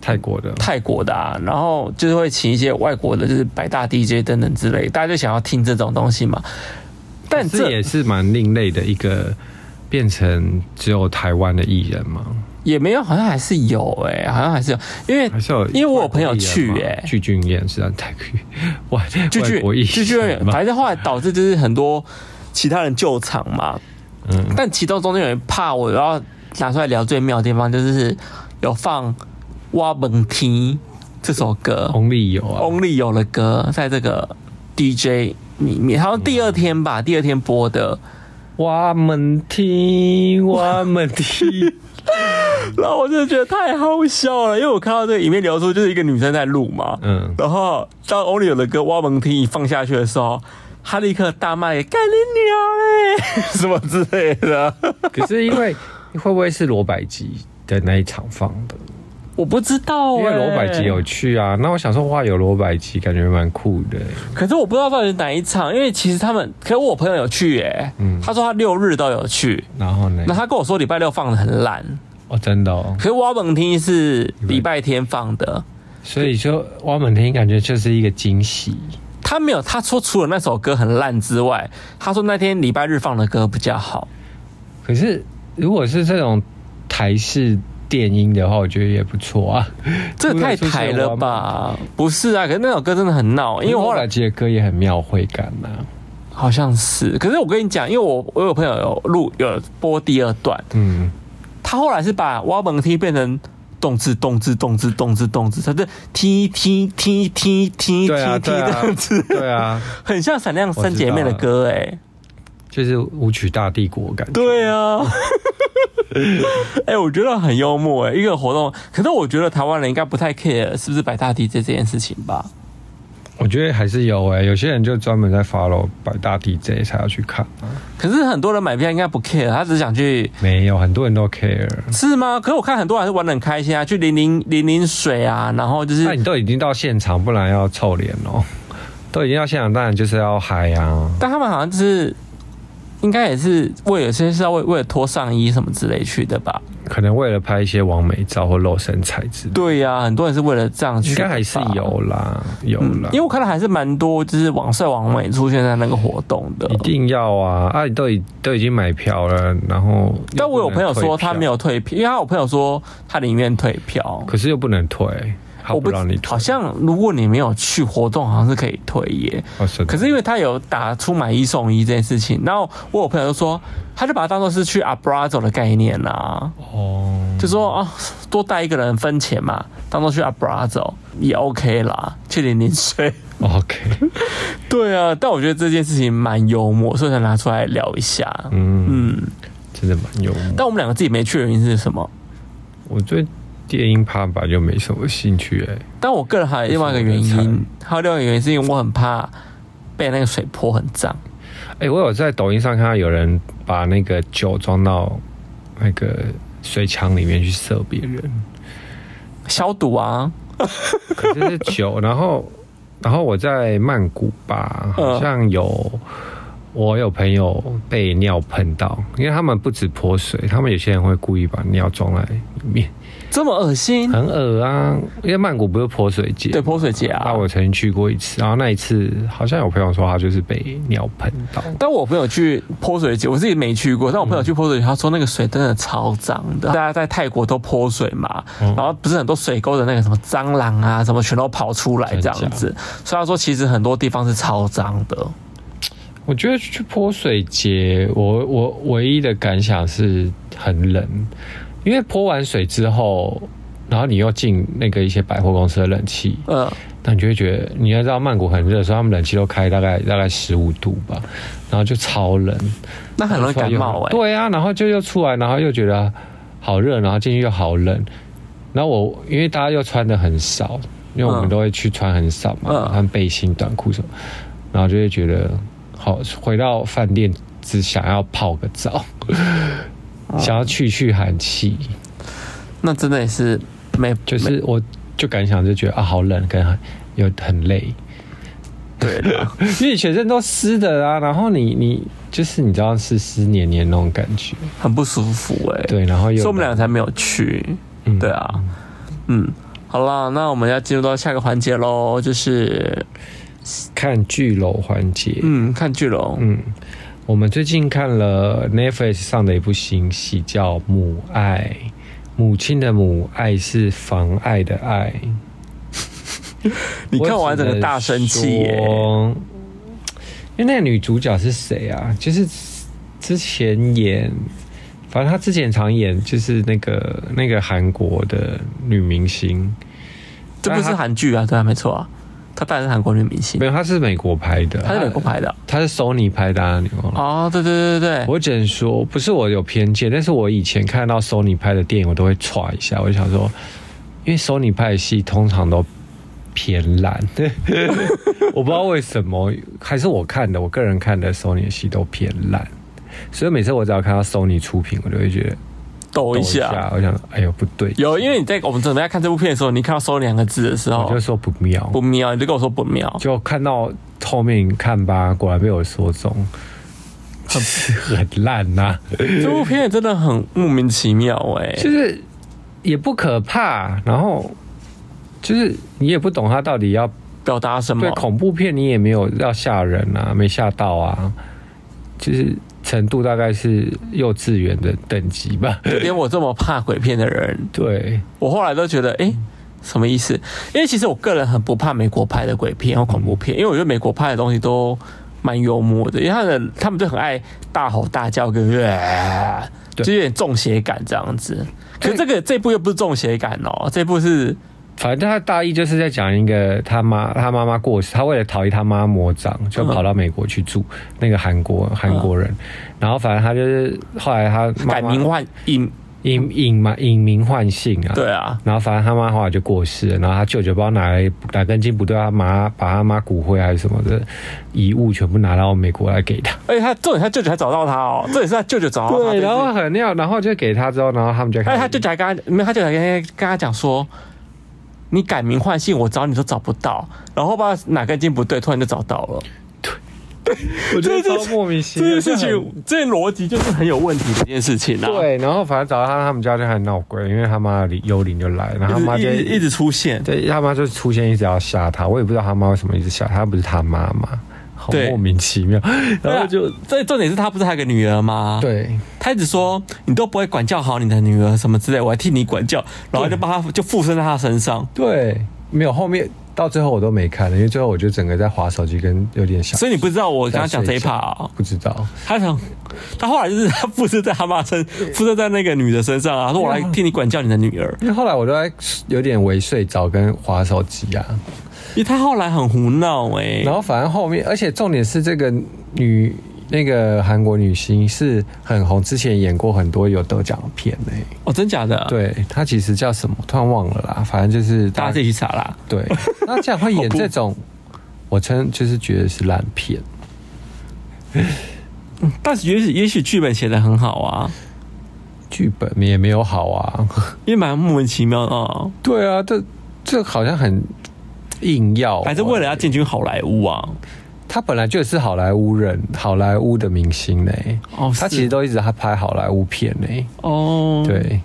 泰国的，泰国的啊，然后就是会请一些外国的，就是百大 DJ 等等之类，大家就想要听这种东西嘛。但这这也是蛮另类的一个，变成只有台湾的艺人嘛，也没有，好像还是有哎、好像还是有，因为还是有，因为我有朋友去哎、具俊彦是在泰国，外就外国艺去人就去，嘛反正后来导致就是很多其他人救场嘛。嗯但其中中间有人怕我要拿出来聊最妙的地方，就是有放《挖门梯》这首歌。 ，Only 有啊 Only 有了歌，在这个 DJ 里面，好像第二天吧，第二天播的。我们听，我们听，然后我真的觉得太好笑了，因为我看到这个影片流出，就是一个女生在录嘛，嗯，然后当 Only 有的歌《挖门梯》一放下去的时候，她立刻大骂也干你娘嘞，什么之类的。可是因为会不会是罗百吉的那一场放的？我不知道、欸，因为罗百吉有去啊。那我想说，哇，有罗百吉，感觉蛮酷的、可是我不知道到底是哪一场，因为其实他们，可是我朋友有去耶、嗯他说他六日都有去，然后呢那？他跟我说礼拜六放的很烂，哦，真的哦可。是挖本厅是礼拜天放的，所以说，汪本天感觉就是一个惊喜。他没有，他说除了那首歌很烂之外，他说那天礼拜日放的歌比较好，可是如果是这种台式电音的话，我觉得也不错啊。 这个太抬了吧？不是啊，可是那首歌真的很闹，因为罗后百来吉的歌也很庙会感啊呐、好像是，可是我跟你讲，因为我我有朋友有录有播第二段，嗯，他后来是把挖本梯变成动字动字动字动字动字，他是踢踢踢踢踢踢踢对啊，对这啊样子，，对啊，很像闪亮三姐妹的歌哎、就是舞曲大帝国感觉。对啊。 哎、我觉得很幽默哎、一个活动。可是我觉得台湾人应该不太 care 是不是摆大 DJ 这件事情吧？我觉得还是有哎、有些人就专门在 follow 百大 DJ 才要去看啊，可是很多人买票应该不 care，他只想去没有很多人都 care。是吗？可是我看很多人还是玩的很开心啊，去淋淋淋淋水啊，然后就是那你都已经到现场，不然要臭脸哦。都已经到现场，当然就是要嗨啊。但他们好像就是应该也是为有些是要为为了脱上衣什么之类去的吧？可能为了拍一些完美照或露身材之类的，对呀、很多人是为了这样去，应该还是有。啦，有嗯啦，，因为我看到还是蛮多，就是网帅网美出现在那个活动的一。定要啊！啊，你都已都已经买票了，然后又但我有不朋友能说他退票没，有退票，因为他有朋友说他宁愿退票。可是又不能退，他我不让你退，好像如果你没有去活动，好像是可以退耶。哦是的可是因为他有打出买一送一这件事情，然后我有朋友就说，他就把它当做是去 Abrazo 的概念啊啦、哦，就说啊，多带一个人分钱嘛，当做去 Abrazo 也 OK 啦，去淋淋水。 OK，对啊，但我觉得这件事情蛮幽默，所以才拿出来聊一下。嗯，嗯，真的蛮幽默。但我们两个自己没去的原因是什么？我对电音趴吧就没什么兴趣哎、但我个人还有另外一个原因，还有另外一个原因是因为我很怕被那个水泼很脏。哎、我有在抖音上看到有人把那个酒装到那个水枪里面去射别人。消毒啊，可是是酒，然后然后我在曼谷吧，好像有、我有朋友被尿喷到，因为他们不止泼水，他们有些人会故意把尿装在里面，这么恶心。很恶啊。因为曼谷不是泼水节，对，泼水节啊，啊。我曾经去过一次，然后那一次好像有朋友说他就是被尿喷到，但我朋友去泼水节，我自己没去过。但我朋友去泼水节，他说那个水真的超脏嗯的。大家在泰国都泼水嘛，然后不是很多水沟的那个什么蟑螂啊，什么全都跑出来这样子。所以他说，其实很多地方是超脏的。我觉得去泼水节，我我唯一的感想是很冷，因为泼完水之后，然后你又进那个一些百货公司的冷气，嗯，那你就会觉得，你要知道曼谷很热，所以他们冷气都开大概大概十五度吧，然后就超冷，那很容易感冒哎、对啊，然后就又出来，然后又觉得好热，然后进去又好冷。然后我因为大家又穿的很少，因为我们嗯都会去穿很少嘛，嗯穿背心、短裤什么，然后就会觉得好回到饭店只想要泡个澡，哦想要去去寒气，那真的也是没，就是我就感想就觉得啊好冷，跟很又很累。对啊了。 因为全身都湿的啊，然后你你就是你知道湿湿黏黏那种感觉，很不舒服哎、对，然后又所以我们两个才没有去。嗯对啊，嗯，好啦，那我们要进入到下个环节喽，就是看剧楼环节，嗯，看剧喽。嗯，我们最近看了 Netflix 上的一部新戏叫《母爱》，母亲的母爱是妨碍的爱，你看完整个大生气耶、我只能说因为那个女主角是谁啊？就是之前演，反正她之前常演就是那个那个韩国的女明星，这不是韩剧啊，对啊，没错啊，她当然是韩国女明星没，有，她是美国拍的，她是美国拍的。她，她是 Sony 拍的、啊，你忘了。哦，对对对对对， 我只能说，不是我有偏见，但是我以前看到 Sony 拍的电影，我都会歘一下，我就想说，因为 Sony 拍的戏通常都偏烂， 我不知道为什么，还是我看的，我个人看的 Sony 的戏都偏烂，所以每次我只要看到 Sony 出品，我就会觉得抖一下。，我想，哎呦不对，有，因为你在我们准备在看这部片的时候，你看到“收”两个字的时我候哦就，说不妙，不妙，你就跟我说不妙，就看到后面看吧，果然被我说中，很很烂呐、啊这部片真的很莫名其妙哎、就是也不可怕，然后就是你也不懂他到底要表达什么对？恐怖片，你也没有要吓人啊，没吓到啊，就是程度大概是幼稚园的等级吧。 连我这么怕鬼片的人，对，我后来都觉得，哎、什么意思？因为其实我个人很不怕美国拍的鬼片或恐怖片，因为我觉得美国拍的东西都蛮幽默的，因为他的他们就很爱大吼大叫跟，呃对哎就有点中邪感这样子。可是这个这部又不是中邪感哦，这部是反正他大意就是在讲一个他妈他妈妈过世，他为了逃离他妈魔掌，就跑到美国去住、那个韩国嗯韩国人，然后反正他就是后来他妈改妈名换影，隐隐瞒隐名换姓啊，对啊，然后反正他妈后来就过世了，然后他舅舅不知道哪来哪根筋不对，他妈把他妈骨灰还是什么的遗物全部拿到美国来给他。而且他重点他舅舅还找到他哦，重点是他舅舅找到他，这是对，然后很妙，然后就给他之后，然后他们就开但始，哎是他舅舅还跟他，没有，他舅舅还跟他跟他讲说，你改名换姓，我找你都找不到，然后吧哪根筋不对，突然就找到了。我觉得这超是莫名其这件妙事就很情，这件逻辑就是很有问题的一件事情啊。，对，然后反正找到他他们家就很闹鬼，因为他妈的幽灵就来，然后他妈一就直一直一直出现。对，他妈就出现一直要吓他，我也不知道他妈为什么一直吓他，不是他妈妈，好对莫名其 妙。然后就就这重点是他不是还有个女儿吗？，对，他一直说你都不会管教好你的女儿什么之类，我还替你管教，然后就把他就附身在他身上。对，没有后面到最后我都没看了，因为最后我就整个在划手机，跟有点想所以你不知道我刚刚讲这一在睡 part 觉啊、不知道。他想，他后来就是他附身在他妈 身，附身在那个女的身上啊，他说我来替你管教你的女儿。因为后来我都在有点微睡着跟划手机啊，因为他后来很胡闹哎、然后反正后面，而且重点是这个女那个韩国女星是很红，之前演过很多有得奖的片诶、哦，真假的？，对，她其实叫什么，突然忘了啦，反正就是大家自己去查啦。对， 那这样会演好不这种，我真就是觉得是烂片。但是也许也许剧本写的很好啊，剧本也没有好啊，也蛮莫名其妙的啊，对啊，这这好像很硬要、哦啊还是为了要进军好莱坞啊？他本来就是好莱坞人，好莱坞的明星呢、哦他是其实都一直还拍好莱坞片呢、哦，，对，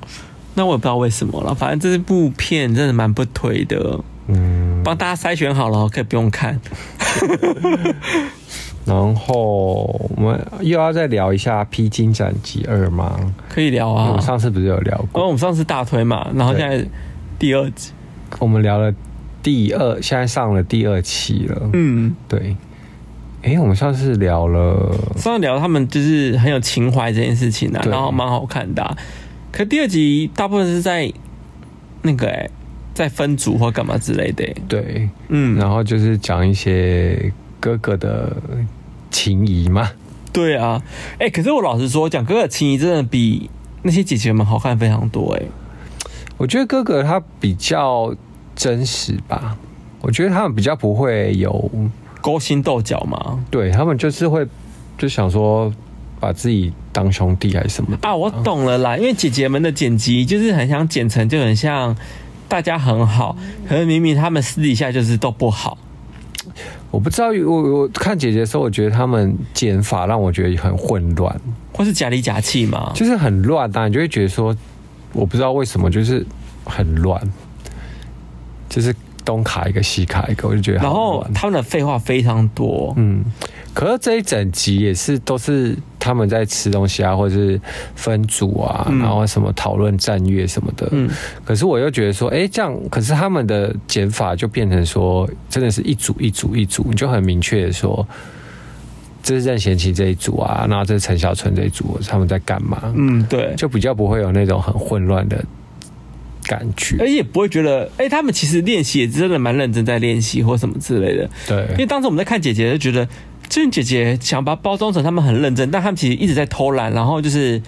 那我也不知道为什么了，反正这部片真的蛮不推的，嗯，帮大家筛选好了，可以不用看。然后我们又要再聊一下《披荆斩棘二》吗？可以聊因为我啊哦们，上次不是有聊因为过？我们上次大推嘛，然后现在第二集，我们聊了第二，现在上了第二期了。嗯，对，哎、我们上次聊了，上次聊他们就是很有情怀这件事情啊，对然后蛮好看的啊、可第二集大部分是在那个哎、在分组或干嘛之类的欸、对，嗯，然后就是讲一些哥哥的情谊嘛。对啊，哎、可是我老实说，讲哥哥的情谊真的比那些姐姐们好看非常多哎、我觉得哥哥他比较真实吧，我觉得他们比较不会有，勾心斗角嘛。对他们就是会就想说把自己当兄弟还是什么的。啊，我懂了啦，因为姐姐们的剪辑就是很想剪成就很像大家很好，嗯可是明明他们私底下就是都不好。我不知道，我我看姐姐的时候，我觉得他们剪法让我觉得很混乱，或是假里假气嘛，就是很乱啊，你就会觉得说，我不知道为什么就是很乱，就是东卡一个西卡一个，我就觉得然好后乱。他们的废话非常多，嗯，可是这一整集也是都是他们在吃东西啊，或者是分组啊，嗯然后什么讨论战略什么的。嗯，可是我又觉得说，哎、这样，可是他们的减法就变成说，真的是一组一组一组，你就很明确的说，这是任贤齐这一组啊，然后这是陈小春这一组，他们在干嘛？嗯，对，就比较不会有那种很混乱的感觉。而且也不会觉得，哎、他们其实练习也真的蛮认真在练习或什么之类的。因为对，当时我们在看姐姐，就觉得这姐姐想把它包装成他们很认真，但他们其实一直在偷懒，然后 就是，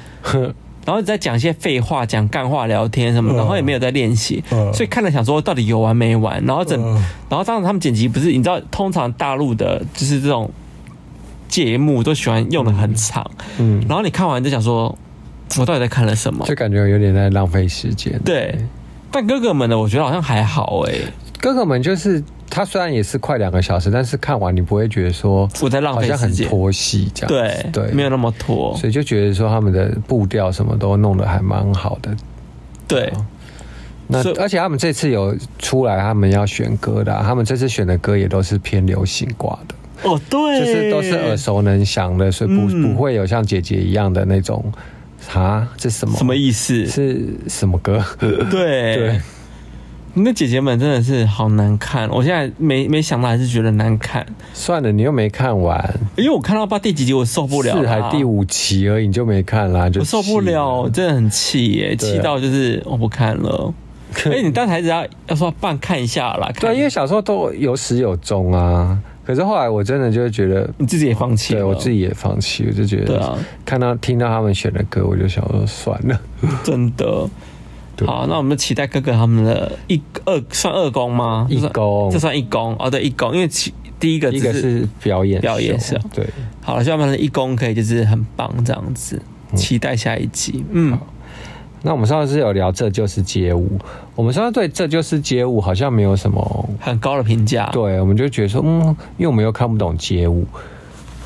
然后在讲一些废话、讲干话、聊天什么，然后也没有在练习，嗯所以看了想说到底有完没完。然后整，嗯然后当时他们剪辑不是，你知道，通常大陆的就是这种节目都喜欢用的很长，嗯，嗯然后你看完就想说。我到底在看了什么？就感觉有点在浪费时间。对，但哥哥们的我觉得好像还好哎、哥哥们就是他虽然也是快两个小时，但是看完你不会觉得说我在浪好费像时很间。拖戏这样子对，对，没有那么拖。所以就觉得说他们的步调什么都弄得还蛮好的。对，那所以而且他们这次有出来，他们要选歌的啊、他们这次选的歌也都是偏流行挂的，哦，对，就是都是耳熟能详的，所以不、嗯不会有像姐姐一样的那种啊，这是什么什么意思？是什 么歌？对对，那姐姐们真的是好难看，我现在没没想到，还是觉得难看，算了，你又没看完，因为我看到不知道第几集，我受不了四啦还第，五集而已，你就没看啦，就我受不气了，我真的很气耶，对啊气到就是我不看了。哎，你当时还是要要说半看一下啦，看对，啊因为小时候都有始有终啊。可是后来我真的就觉得，你自己也放弃对了，我自己也放弃，我就觉对得啊，看到听到他们选的歌，我就想说算了。啊真的。对好，那我们期待哥哥他们的一二算二公吗？一公这算一公哦，对，一公，因为其第一个一只个是是表演秀，表演秀对。好了，希望他们的一公可以就是很棒这样子，嗯期待下一集。嗯，那我们上次有聊《这就是街舞》，我们上次对《这就是街舞》好像没有什么，很高的评价。对，我们就觉得说，嗯，因为我们又看不懂街舞。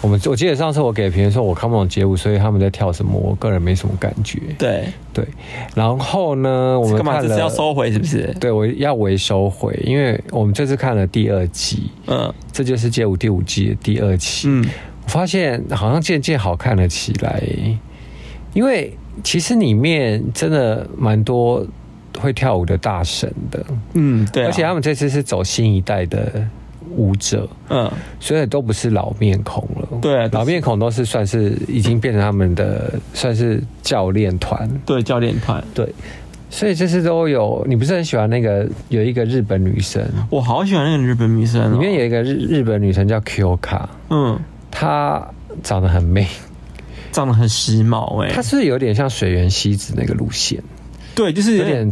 我们我记得上次我给评论说我看不懂街舞，所以他们在跳什么，我个人没什么感觉。对，对，然后呢，我们干嘛看这了次要收回是不是？对，我要回收回，因为我们这次看了第二季，嗯这就是街舞第五季的第二期。嗯，我发现好像渐渐好看了起来，因为其实里面真的蛮多会跳舞的大神的，嗯，对啊、而且他们这次是走新一代的舞者，嗯，所以都不是老面孔了。对啊老面孔都是算是已经变成他们的算是教练团。对教练团，对，所以这次都有。你不是很喜欢那个有一个日本女生，我好喜欢那个日本女生、哦，里面有一个日日本女生叫 Q 卡，嗯，她长得很美，长得很时髦哎、她是有点像水原希子那个路线，对，就是有点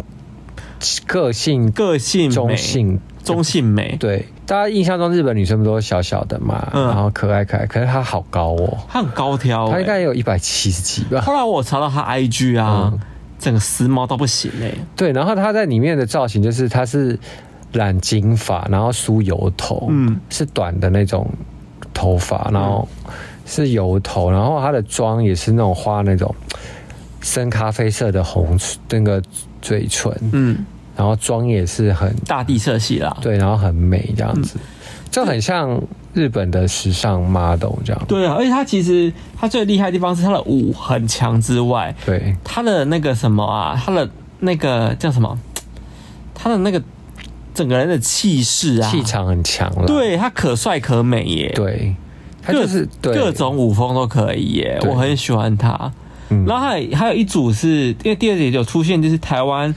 个性个性美中性。中性美，对，大家印象中日本女生不都小小的嘛，嗯然后可爱可爱，可是她好高哦，她很高挑、她应该嗯欸。有一百七十几吧。后来我查到她 IG 啊，整个时髦到不行哎、对，然后她在里面的造型就是她是染金发，然后梳油头，嗯是短的那种头发，然后是油头，然后她的妆也是那种画那种深咖啡色的红那个嘴唇，嗯，然后妆也是很大地色系啦，对，然后很美这样嗯子，就很像日本的时尚 model 这样，对啊，而且她其实她最厉害的地方是她的舞很强之外，对他的那个什么啊，他的那个叫什么？他的那个整个人的气势啊，气，场很强了，对他可帅可美耶，，对，她就是各对各种舞风都可以耶，对我很喜欢他。嗯然后还有还有一组是因为第二节有出现，就是台湾，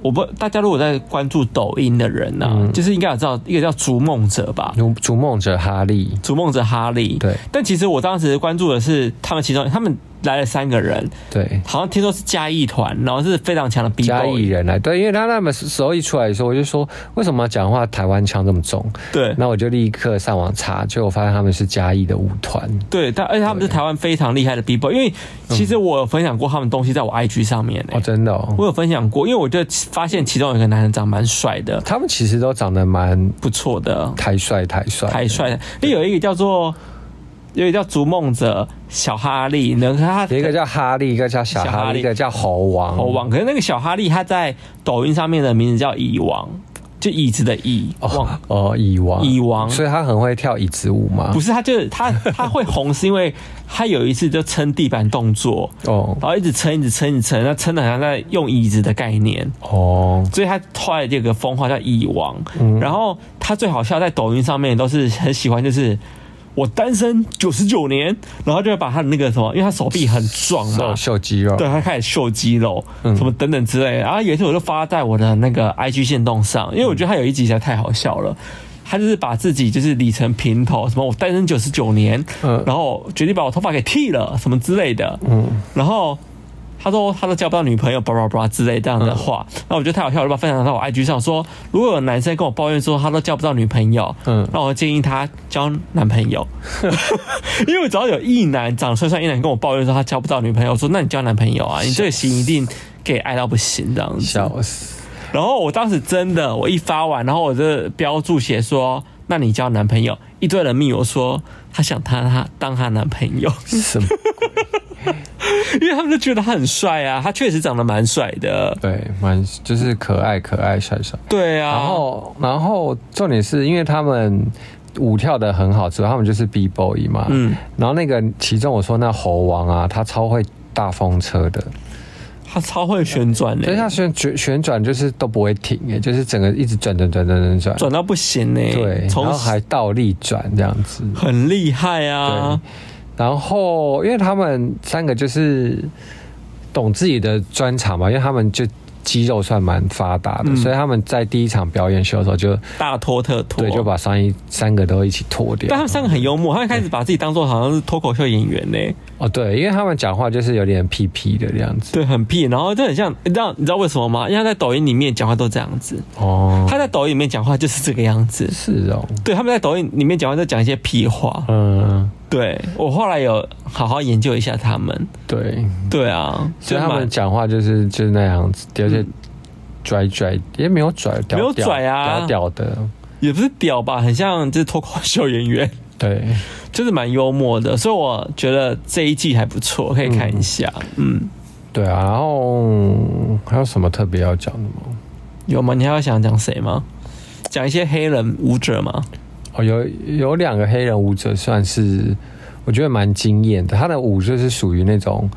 我不大家如果在关注抖音的人呢、啊，嗯就是应该有知道一个叫逐梦者吧，逐逐梦者哈利，逐梦者哈利。对但其实我当时关注的是他们其中，他们来了三个人，对。好像听说是嘉义团，然后是非常强的 B 嘉义 boy，人来，对，因为他那么时候一出来的时候，我就说为什么讲话台湾腔这 么重？对，那我就立刻上网查，结果发现他们是嘉义的舞团，对，但而且他们是台湾非常厉害的 B 嗯 boy，因为其实我有分享过他们东西在我 IG 上面呢、哦，真的哦我，有分享过，因为我就发现其中有一个男人长蛮帅的，他们其实都长得蛮不错的，台帅台帅的，太帅的。因为有一个叫做，有一个叫逐梦者小哈利，能他有一个叫哈利，一个叫小小哈哈利利，一个叫猴王，猴王，可是那个小哈利他在抖音上面的名字叫蚁王，就椅子的椅哦王，哦，蚁王，蚁王所以他很会跳椅子舞吗？不是他就是他他会红是因为他有一次就撑地板动作。哦然后一直撑，一直撑，一直撑，那撑的好像在用椅子的概念，哦，所以他后来就有个封号叫蚁王。然后他最好笑，在抖音上面都是很喜欢，就是我单身九十九年，然后就会把他的那个什么，因为他手臂很壮嘛秀，秀肌肉，啊对他开始秀肌肉，嗯什么等等之类的。然后有一次我就发在我的那个 IG 线动上，因为我觉得他有一集实在太好笑了。他就是把自己就是理成平头，什么我单身九十九年，嗯然后决定把我头发给剃了，什么之类的。嗯，然后他说他都交不到女朋友，叭叭叭之类这样的话。嗯那、我觉得太好笑，我就把它分享到我 IG 上说，如果有男生跟我抱怨说他都交不到女朋友，嗯那我建议他交男朋友， 因为只要有一男长得帅帅一男跟我抱怨说他交不到女朋友，我说那你交男朋友啊，你这个型一定给爱到不行这样子。笑 死，然后我当时真的，我一发完，然后我这标注写说，那你交男朋友，一堆人密我说他想他他当他男朋友， 什么？因为他们就觉得他很帅啊，他确实长得蛮帅的，对，蛮就是可爱可爱帅帅。对啊，然后，然后重点是因为他们舞跳的很好之后，他们就是 B boy 嘛。嗯，然后那个其中我说那猴王啊，他超会大风车的，他超会旋转欸的、所以他旋旋旋转就是都不会停诶，就是整个一直转转转转转转。转到不行呢、对，然从后还倒立转这样子。很厉害啊，然后，因为他们三个就是懂自己的专长嘛，因为他们就肌肉算蛮发达的，嗯所以他们在第一场表演秀的时候就大拖特拖，对就把上衣三个都一起脱掉。但他们三个很幽默，他们开始把自己当做好像是脱口秀演员呢、欸哦，对，因为他们讲话就是有点屁屁的这样子。对，很屁，然后就很像，你知道你知道为什么吗？因为他在抖音里面讲话都这样子，哦，他在抖音里面讲话就是这个样子。是哦，对，他们在抖音里面讲话都讲一些屁话。嗯，对我后来有好好研究一下他们。对，对啊，嗯就所以他蛮们讲话就是就是那样子，而且拽拽也没有拽，屌嗯没有屌拽啊屌屌的，也不是屌吧，很像就是脱口秀演员， 对，就是蛮幽默的，所以我觉得这一季还不错，可以看一下。嗯，对啊。然后嗯还有什么特别要讲的吗？有吗？你还要想讲谁吗？讲一些黑人舞者吗？哦，有有两个黑人舞者算是我觉得蛮惊艳的，他的舞就是属于那种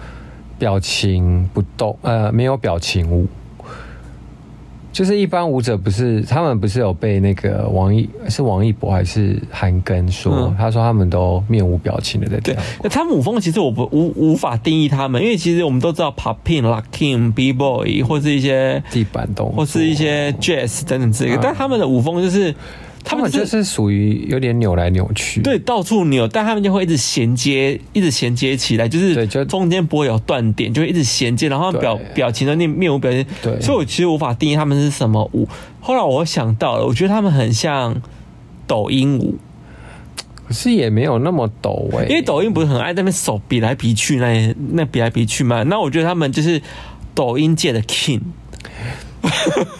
表情不动，呃，没有表情舞。就是一般舞者不是他们不是有被那个王一是王一博还是韩庚说，嗯他说他们都面无表情的在对跳。，他们舞风其实我不无无法定义他们，因为其实我们都知道 popping、locking、b boy 或是一些地板动作，或是一些 jazz 等等之类的，嗯但他们的舞风就是他他们们就就是。是属于有点扭来扭去，对，到处扭，但他们就会一直衔接，一直衔接起来，就对是就中间不会有断点，就会一直衔接，然后对表表情的面面无表情，对所以我其实无法定义他们是什么舞。后来我想到了，我觉得他们很像抖音舞，可是也没有那么抖哎、因为抖音不是很爱在那边手比来比去那那比来比去嘛，那我觉得他们就是抖音界的 king，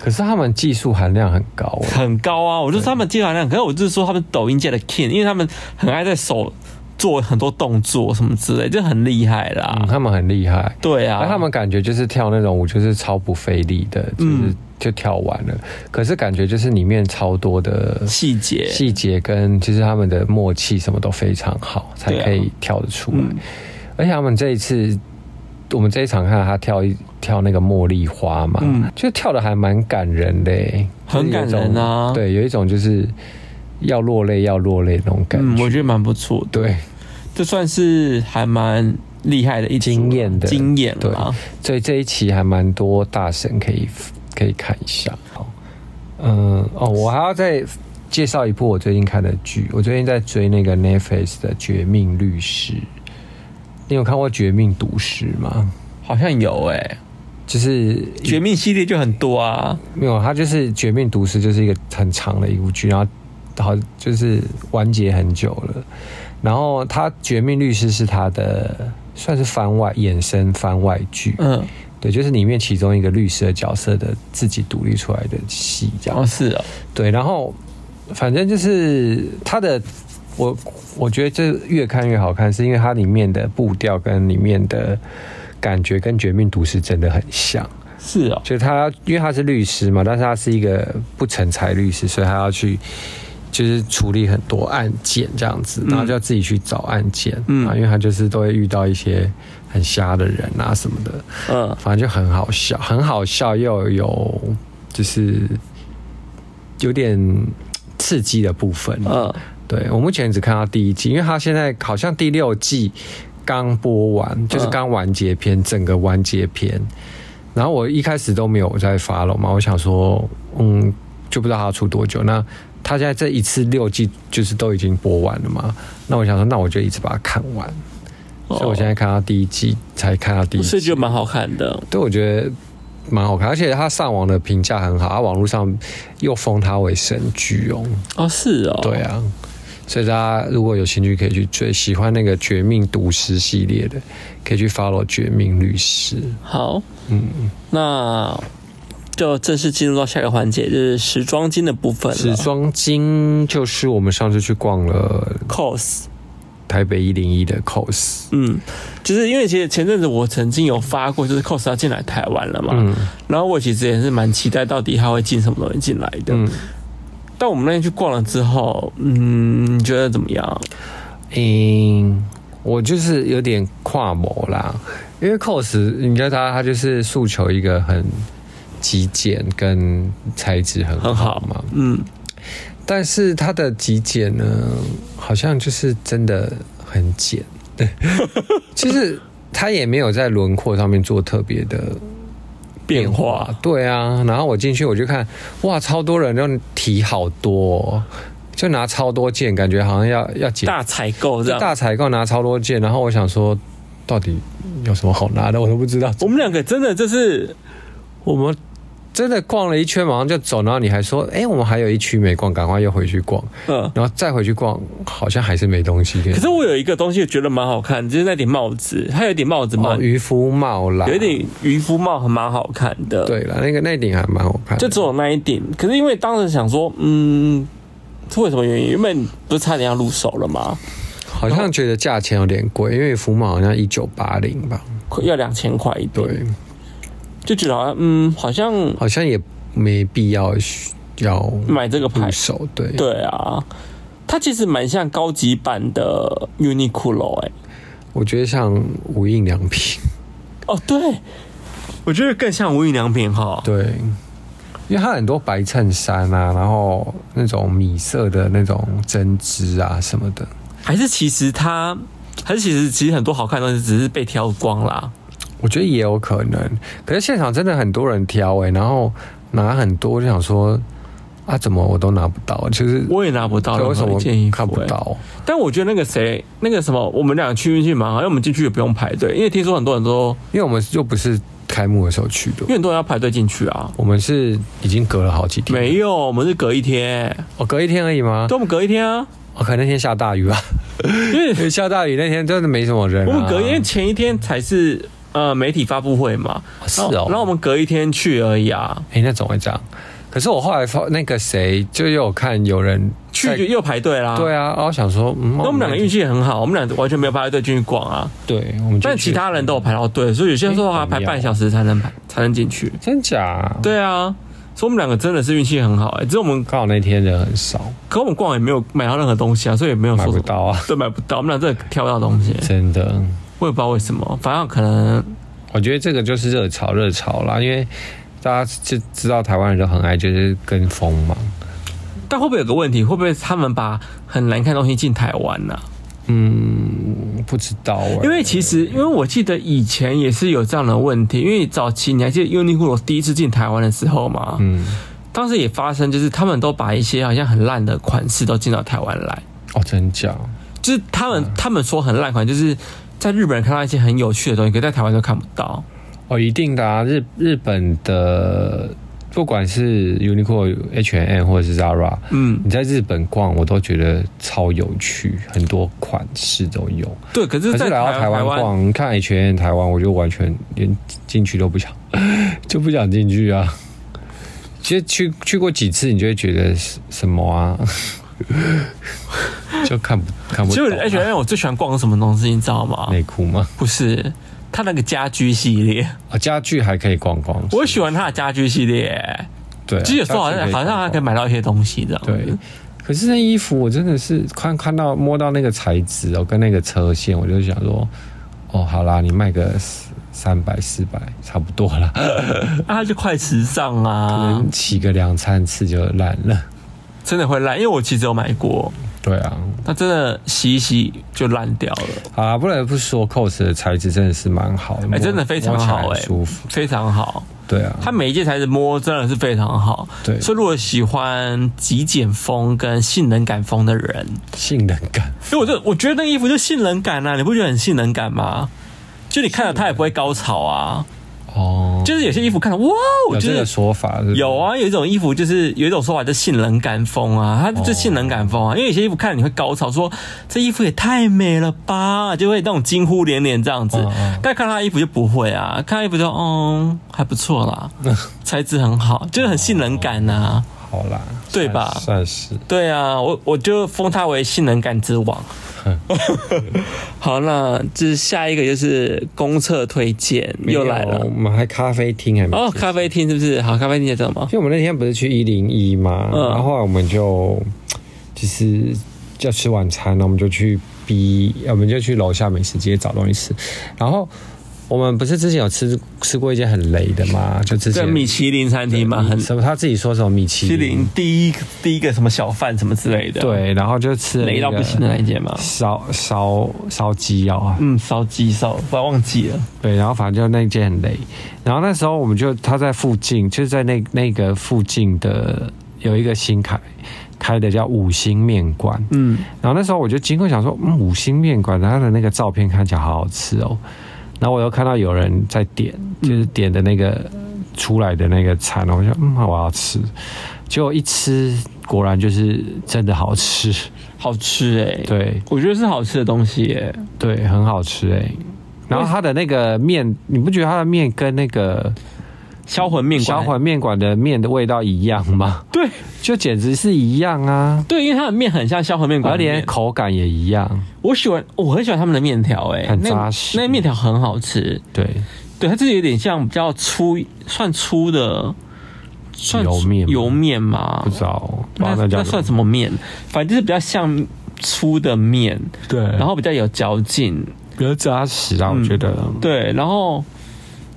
可是他们技术含量很高哎、很高啊。我就说他们技术含量，可是我就是说他们抖音界的 king，因为他们很爱在手做很多动作什么之类，就很厉害啦。嗯，他们很厉害。对啊那，他们感觉就是跳那种舞，就是超不费力的，就是嗯就跳完了。可是感觉就是里面超多的细节细节跟就是他们的默契什么都非常好，才对啊可以跳得出来。嗯而且他们这一次，我们这一场看到他跳一跳那个茉莉花嘛，嗯就跳的还蛮感人的欸、很就是有一种感人啊对，有一种就是要落泪要落泪那种感嗯，觉。我觉得蛮不错的，对，这算是还蛮厉害的一组了惊艳的惊艳啦。所以这一期还蛮多大神可以可以看一下。好，嗯，哦，我还要再介绍一部我最近看的剧，我最近在追那个 Netflix 的《绝命律师》。你有看过《绝命毒师》吗？好像有哎、嗯就是绝命系列就很多啊，没有，它就是《绝命毒师》，就是一个很长的一部剧，然后好就是完结很久了。然后他《绝命律师》是他的算是番外衍生番外剧，嗯，对，就是里面其中一个律师的角色的自己独立出来的戏，这哦样。是哦，对，然后反正就是他的，我我觉得这越看越好看，是因为它里面的步调跟里面的感觉跟《绝命毒师》真的很像。是哦，就是他，因为他是律师嘛，但是他是一个不成才律师，所以他要去就是处理很多案件这样子，然后就要自己去找案件，嗯啊，因为他就是都会遇到一些很瞎的人啊什么的，嗯反正就很好笑，很好笑又有就是有点刺激的部分。嗯，对我目前只看到第一季，因为他现在好像第六季刚播完，就是刚完结篇，整个完结篇。然后我一开始都没有在发了嘛，我想说，嗯，就不知道他要出多久。那他现在这一次六季就是都已经播完了嘛，那我想说，那我就一直把它看完。所以我现在看到第一季才看到第一哦是季觉得，蛮好看的。对，我觉得蛮好看，而且他上网的评价很好，他啊网络上又封他为神剧哦，哦，是哦，对啊。所以大家如果有兴趣，可以去追喜欢那个《绝命毒师》系列的，可以去 follow《绝命律师》。好，嗯那就正式进入到下一个环节，就是时装金的部分了。时装精就是我们上次去逛了 cos，台北一零一的 cos，嗯，就是因为其实前阵子我曾经有发过，就是 cos 要进来台湾了嘛，嗯然后我其实也是蛮期待到底他会进什么东西进来的。嗯，但我们那天去逛了之后，嗯，你觉得怎么样？嗯，我就是有点跨模啦，因为 cos 你知道他他就是诉求一个很极简跟材质很很好好嘛，嗯，但是它的极简呢，好像就是真的很 简，就是它也没有在轮廓上面做特别的变化，对啊，然后我进去我就看，哇，超多人都提好多哦、就拿超多件，感觉好像要要解大采购这就样。大采购拿超多件，然后我想说，到底有什么好拿的，我都不知道。我们两个真的就是我们真的逛了一圈，马上就走，然后你还说，哎、我们还有一区没逛，赶快又回去逛，嗯。然后再回去逛，好像还是没东西可以可是我有一个东西觉得蛮好看，就是那顶帽子，它有一顶帽子哦蛮，渔夫帽啦，有一顶渔夫帽，还蛮好看的。，对了，那个那顶还蛮好看的，就只有那一顶。可是因为当时想说，嗯，是为什么原因？原本不是差点要入手了吗？好像觉得价钱有点贵，因为渔夫帽好像一九八零吧，要两千块一顶，对，就觉得好像，嗯，好像好像也没必要要买这个牌入，手，对对啊，它其实蛮像高级版的 Uniqlo 哎、我觉得像无印良品，哦，对，我觉得更像无印良品哈。对，因为它很多白衬衫啊，然后那种米色的那种针织啊什么的，还是其实它，还是其实其实很多好看的东西只是被挑光啦。我觉得也有可能。可是现场真的很多人挑哎、然后拿很多，就想说啊，怎么我都拿不到，就是我也拿不到对任为什何一么件衣服、看不欸。到？但我觉得那个谁，那个什么，我们俩去运气蛮好，因为我们进去也不用排队，因为听说很多人都，因为我们又不是开幕的时候去的因，为很多人要排队进去啊。 我们是已经隔了好几天，没有，我们是隔一天，哦，隔一天而已吗？对，我们隔一天啊，哦，可能那天下大雨吧， 因为因为下大雨那天真的没什么人、我啊。们隔一天前一天才是呃媒体发布会嘛，是哦，然后我们隔一天去而已啊，哎、那怎么会这样？可是我后来发那个谁，就有看有人去在就又排队啦。对。啊，然后我想说，嗯，那我们两个运气也很好，我们俩完全没有排队进去逛啊，对，我们就但去其他人都有排到队，所以有些时候还排半小时才能排才能进去。真假对啊，所以我们两个真的是运气很好哎、只是我们刚好那天人很少，可我们逛也没有买到任何东西啊，所以也没有买说不什么到啊， 对，买不到，我们俩真的挑不到东西，真的。我也不知道为什么，反正可能我觉得这个就是热潮热潮啦，因为大家就知道台湾人都很爱就是跟风嘛。但会不会有个问题？会不会他们把很难看的东西进台湾呢、嗯，不知道哎、因为其实，因为我记得以前也是有这样的问题，因为早期你还记得 Uniqlo 第一次进台湾的时候嘛，嗯，当时也发生，就是他们都把一些好像很烂的款式都进到台湾来，哦，真假？就是他们、嗯他们说很烂款，就是在日本人看到一些很有趣的东西，可是在台湾都看不到。哦，一定的啊，日日本的不管是 Uniqlo、H&M 或者是 Zara，嗯，你在日本逛，我都觉得超有趣，很多款式都有。对，可是可是在来到台湾湾，逛，看 H&M 台湾，我就完全连进去都不想， 就不想进去啊。其实去去过几次，你就会觉得是什么啊， 就看不看不就懂、是 H 啊。 M 我最喜欢逛的什么东西，你知道吗？内裤吗？不是，它那个家居系列，啊，家具还可以逛逛。我喜欢它的家居系列，对啊，其实有时候好像好像还可以以买到一些东西这样。逛逛。对，，可是那衣服我真的是看看到摸到那个材质哦，跟那个车线，我就想说，哦，好啦，你卖个三百四百差不多啦。啊，它就快时尚啊，能洗个两三次就烂了。真的会烂，因为我其实有买过，对啊，那真的洗一洗就烂掉了，好啦，不得不说 COS 的材质真的是蛮好的，哎、真的非常好、摸起来很哎，舒服。非常好。对啊，它每一件材质摸真的是非常好，对所以如果喜欢极简风跟性能感风的人，性能感，因为我就我觉得那个衣服就性能感啊，你不觉得很性能感吗？就你看了它也不会高潮啊，哦，就是有些衣服看了哇哦，有就这个是说法是不是有，啊，有一种衣服就是有一种说法叫性冷感风啊，它就哦性冷感风啊，因为有些衣服看了你会高潮说，这衣服也太美了吧，就会那种惊呼连连这样子。嗯嗯但看他衣服就不会啊，看他衣服就嗯还不错啦， 材质很好，就是很性冷感呐、啊。好啦，对吧算算是对啊，我我就封他为性能感之 王。好，那这下一个就是公厕推荐又来没有了我们还咖啡厅还没哦，介咖啡厅是不是？好，咖啡厅在这吗因？为我们那天不是去一零一嘛，嗯然后后来我们就就是要吃晚餐，然后我们就去 B，呃我们就去楼下美食街找东西吃。然后我们不是之前有吃吃过一间很雷的嘛，就之在前嗯米其林餐厅嘛，很什么他自己说什么米其西林林，第一第一个什么小贩什么之类的，，嗯对，然后就吃了雷到那不个行的那一间嘛。烧烧烧鸡腰啊，嗯，烧鸡烧，不然忘记了。对，然后反正就那间很雷。然后那时候我们就他在附近，就是在那那个附近的有一个新开开的叫五星面馆，嗯，然后那时候我就经过想说，嗯，五星面馆它的那个照片看起来好好吃哦。然后我又看到有人在点，就是点的那个出来的那个餐，我就嗯，我要吃。结果一吃，果然就是真的好吃，好吃哎、，对我觉得是好吃的东西哎、对，很好吃哎、然后它的那个面，你不觉得它的面跟那个销魂面小馆，馆面馆的面的味道一样吗？对就简直是一样啊，对，因为它的面很像销魂面馆而的面，连口感也一样。我喜欢，我很喜欢他们的面条哎、很扎实那那面条很好吃，对，对，它这有点像比较粗，算粗的，算油面吗油面嘛不，知道，不知那道那叫那什算么。什么面？反正就是比较像粗的面，对，然后比较有嚼劲，比较扎实啊，我觉得。对，然后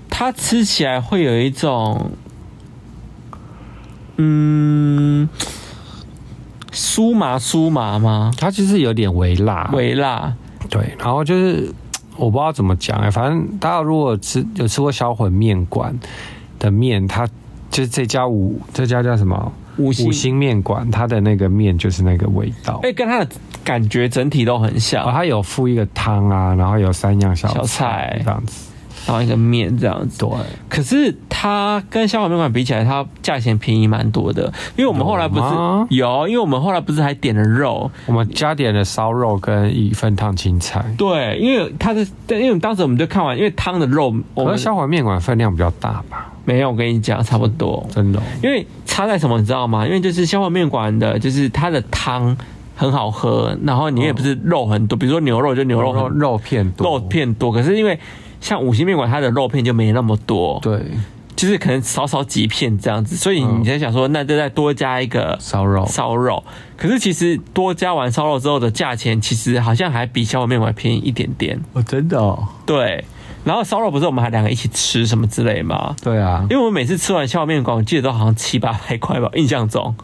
它吃起来会有一种，嗯，酥麻酥麻吗？它其实有点微辣，微辣，对，然后就是我不知道怎么讲哎、反正大家如果吃有吃过销魂面馆的面，它就是这家五这家叫什么五星五星面馆，它的那个面就是那个味道。哎、跟它的感觉整体都很像，哦，它有附一个汤啊，然后有三样小小菜这样子，然后一个面这样子。对，可是它跟香港面馆比起来，它价钱便宜蛮多的，因为我们后来不有吗是有，因为我们后来不是还点了肉，我们加点了烧肉跟一份烫青菜。对，因为它的，但因为当时我们就看完，因为汤的肉我可们是销魂面馆分量比较大吧？没有，我跟你讲差不多，真的哦、因为差在什么你知道吗？因为就是消化面馆的，就是它的汤很好喝，然后你也不是肉很多，比如说牛肉就牛肉肉很肉片哦多，肉片多，可是因为像五星面馆它的肉片就没那么多，，对就是可能少少几片这样子，所以嗯你才想说，那就再多加一个烧肉烧肉。可是其实多加完烧肉之后的价钱，其实好像还比消化面馆便宜一点点，哦，真的、哦，对。然后烧肉不是我们还两个一起吃什么之类吗？对啊，因为我们每次吃完消化面馆，我记得都好像七八百块吧，印象中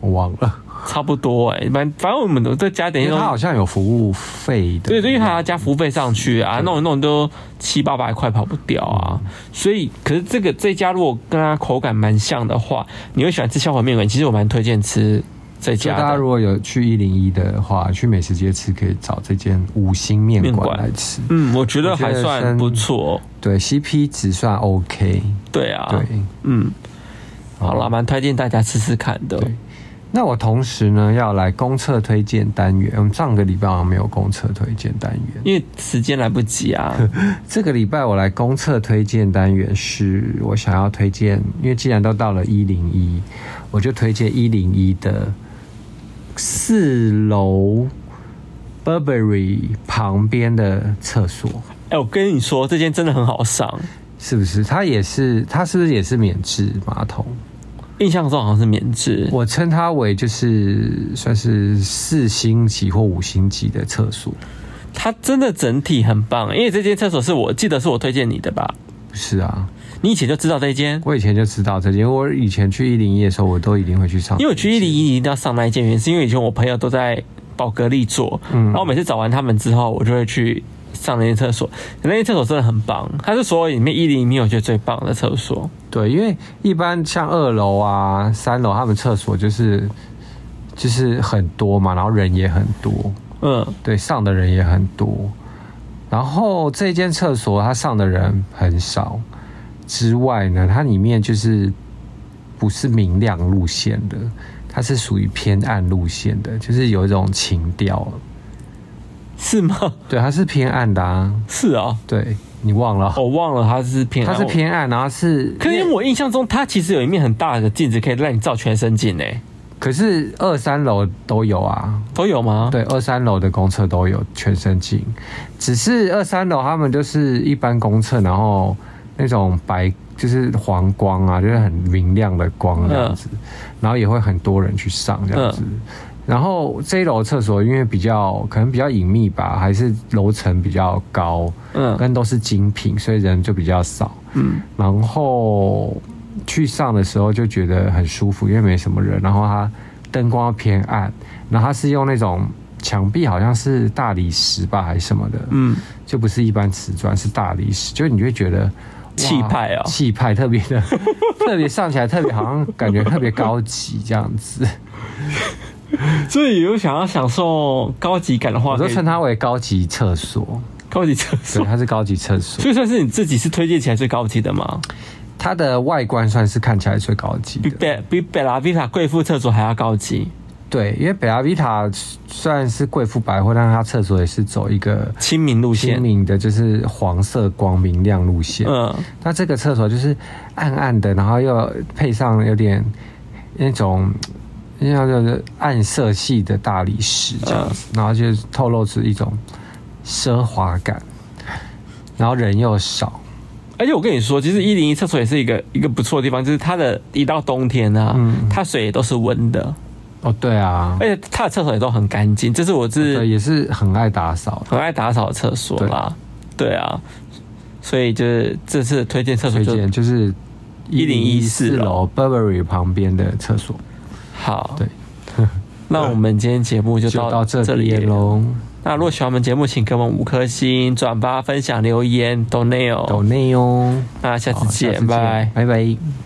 我忘了，差不多哎、反反正我们都再加点因一为它好种，像有服务费的，对，因为还要加服务费上去啊，弄一弄都七八百块跑不掉啊。所以，可是这个这家如果跟它口感蛮像的话，你会喜欢吃消化面馆，其实我蛮推荐吃这就家大家的如。果有去一零一的话，去美食街吃，可以找这间五星面面馆馆来吃。嗯，我觉得我觉得还算生不错。对，CP 值算 OK。对啊，对，嗯，好啦，蛮推荐大家试试看的。对那我同时呢要来公厕推荐单元，我们上个礼拜好像没有公厕推荐单元，因为时间来不及啊， 这个礼拜我来公测推荐单元是，我想要推荐，因为既然都到了一零一，我就推荐一零一的四楼 Burberry 旁边的厕所，哎、我跟你说，这间真的很好上，是不是？它也是，它是不是也是免治马桶？印象中好像是免治。我称它为就是算是四星级或五星级的厕所，它真的整体很棒，因为这间厕所是我记得是我推荐你的吧？不是啊？你以前就知道这一间，我以前就知道这间，我以前去一零一的时候，我都一定会去上这间。因为我去一零一一定要上那一间，原因是因为以前我朋友都在宝格丽做，嗯然后我每次找完他们之后，我就会去上那间厕所。那间厕所真的很棒，它是所有里面一零一我觉得最棒的厕所。对，因为一般像二楼啊、三楼，他们厕所就是就是很多嘛，然后人也很多，嗯，对，上的人也很多。然后这间厕所它上的人很少，之外呢，它里面就是不是明亮路线的，它是属于偏暗路线的，就是有一种情调。是吗？ 对，它是偏暗的啊。是啊、对你忘了，我忘了它是偏，它是。偏暗，然后是可是因为我印象中，它其实有一面很大的镜子，可以让你照全身镜诶，可是二三楼都有啊，都有吗？，对，二三楼的公厕都有全身镜，只是二三楼他们就是一般公厕，然后那种白就是黄光啊，就是很明亮的光这样子，嗯然后也会很多人去上这样子。然后这一楼厕所因为比较可能比较隐秘吧，还是楼层比较高，嗯跟都是精品，所以人就比较少。嗯，然后去上的时候就觉得很舒服，因为没什么人。然后它灯光偏暗，然后它是用那种墙壁好像是大理石吧还是什么的，嗯，就不是一般瓷砖，是大理石，就你就会觉得哇气派啊气派特别的， 特别上起来特别好像感觉特别高级这样子。所以有想要享受高级感的话，我都可以称它为高级厕所，高级厕对，所。它是高级厕所，所以算是你自己是推荐起来最高级的吗？它的外观算是看起来最高级比的。贝比贝拉维塔贵妇厕所还要高级，对，因为北阿维塔虽然是贵妇百货，但它厕所也是走一个亲民路鲜线。明的，就是黄色光明亮路线。嗯，那这个厕所就是暗暗的，然后又配上有点那种。那叫做暗色系的大理石这样嗯子，然后就是透露出一种奢华感，然后人又少，而且我跟你说，其实一零一厕所也是一个一个不错的地方，就是它的一到冬天啊，嗯它水也都是温的，哦，对啊，而且它的厕所也都很干净，这是我对，哎是也是很爱打扫，很爱打扫的厕所啦。对啊，所以就是这次推荐厕所推就荐就是1014楼 Burberry 旁边的厕所，好。对，那我们今天节目就就到到这这里边喽。那如果喜欢我们节目，请给我们五颗星、转发、分享、留言、都 o n 抖内哦，哦那下次好下次见，拜拜。拜拜。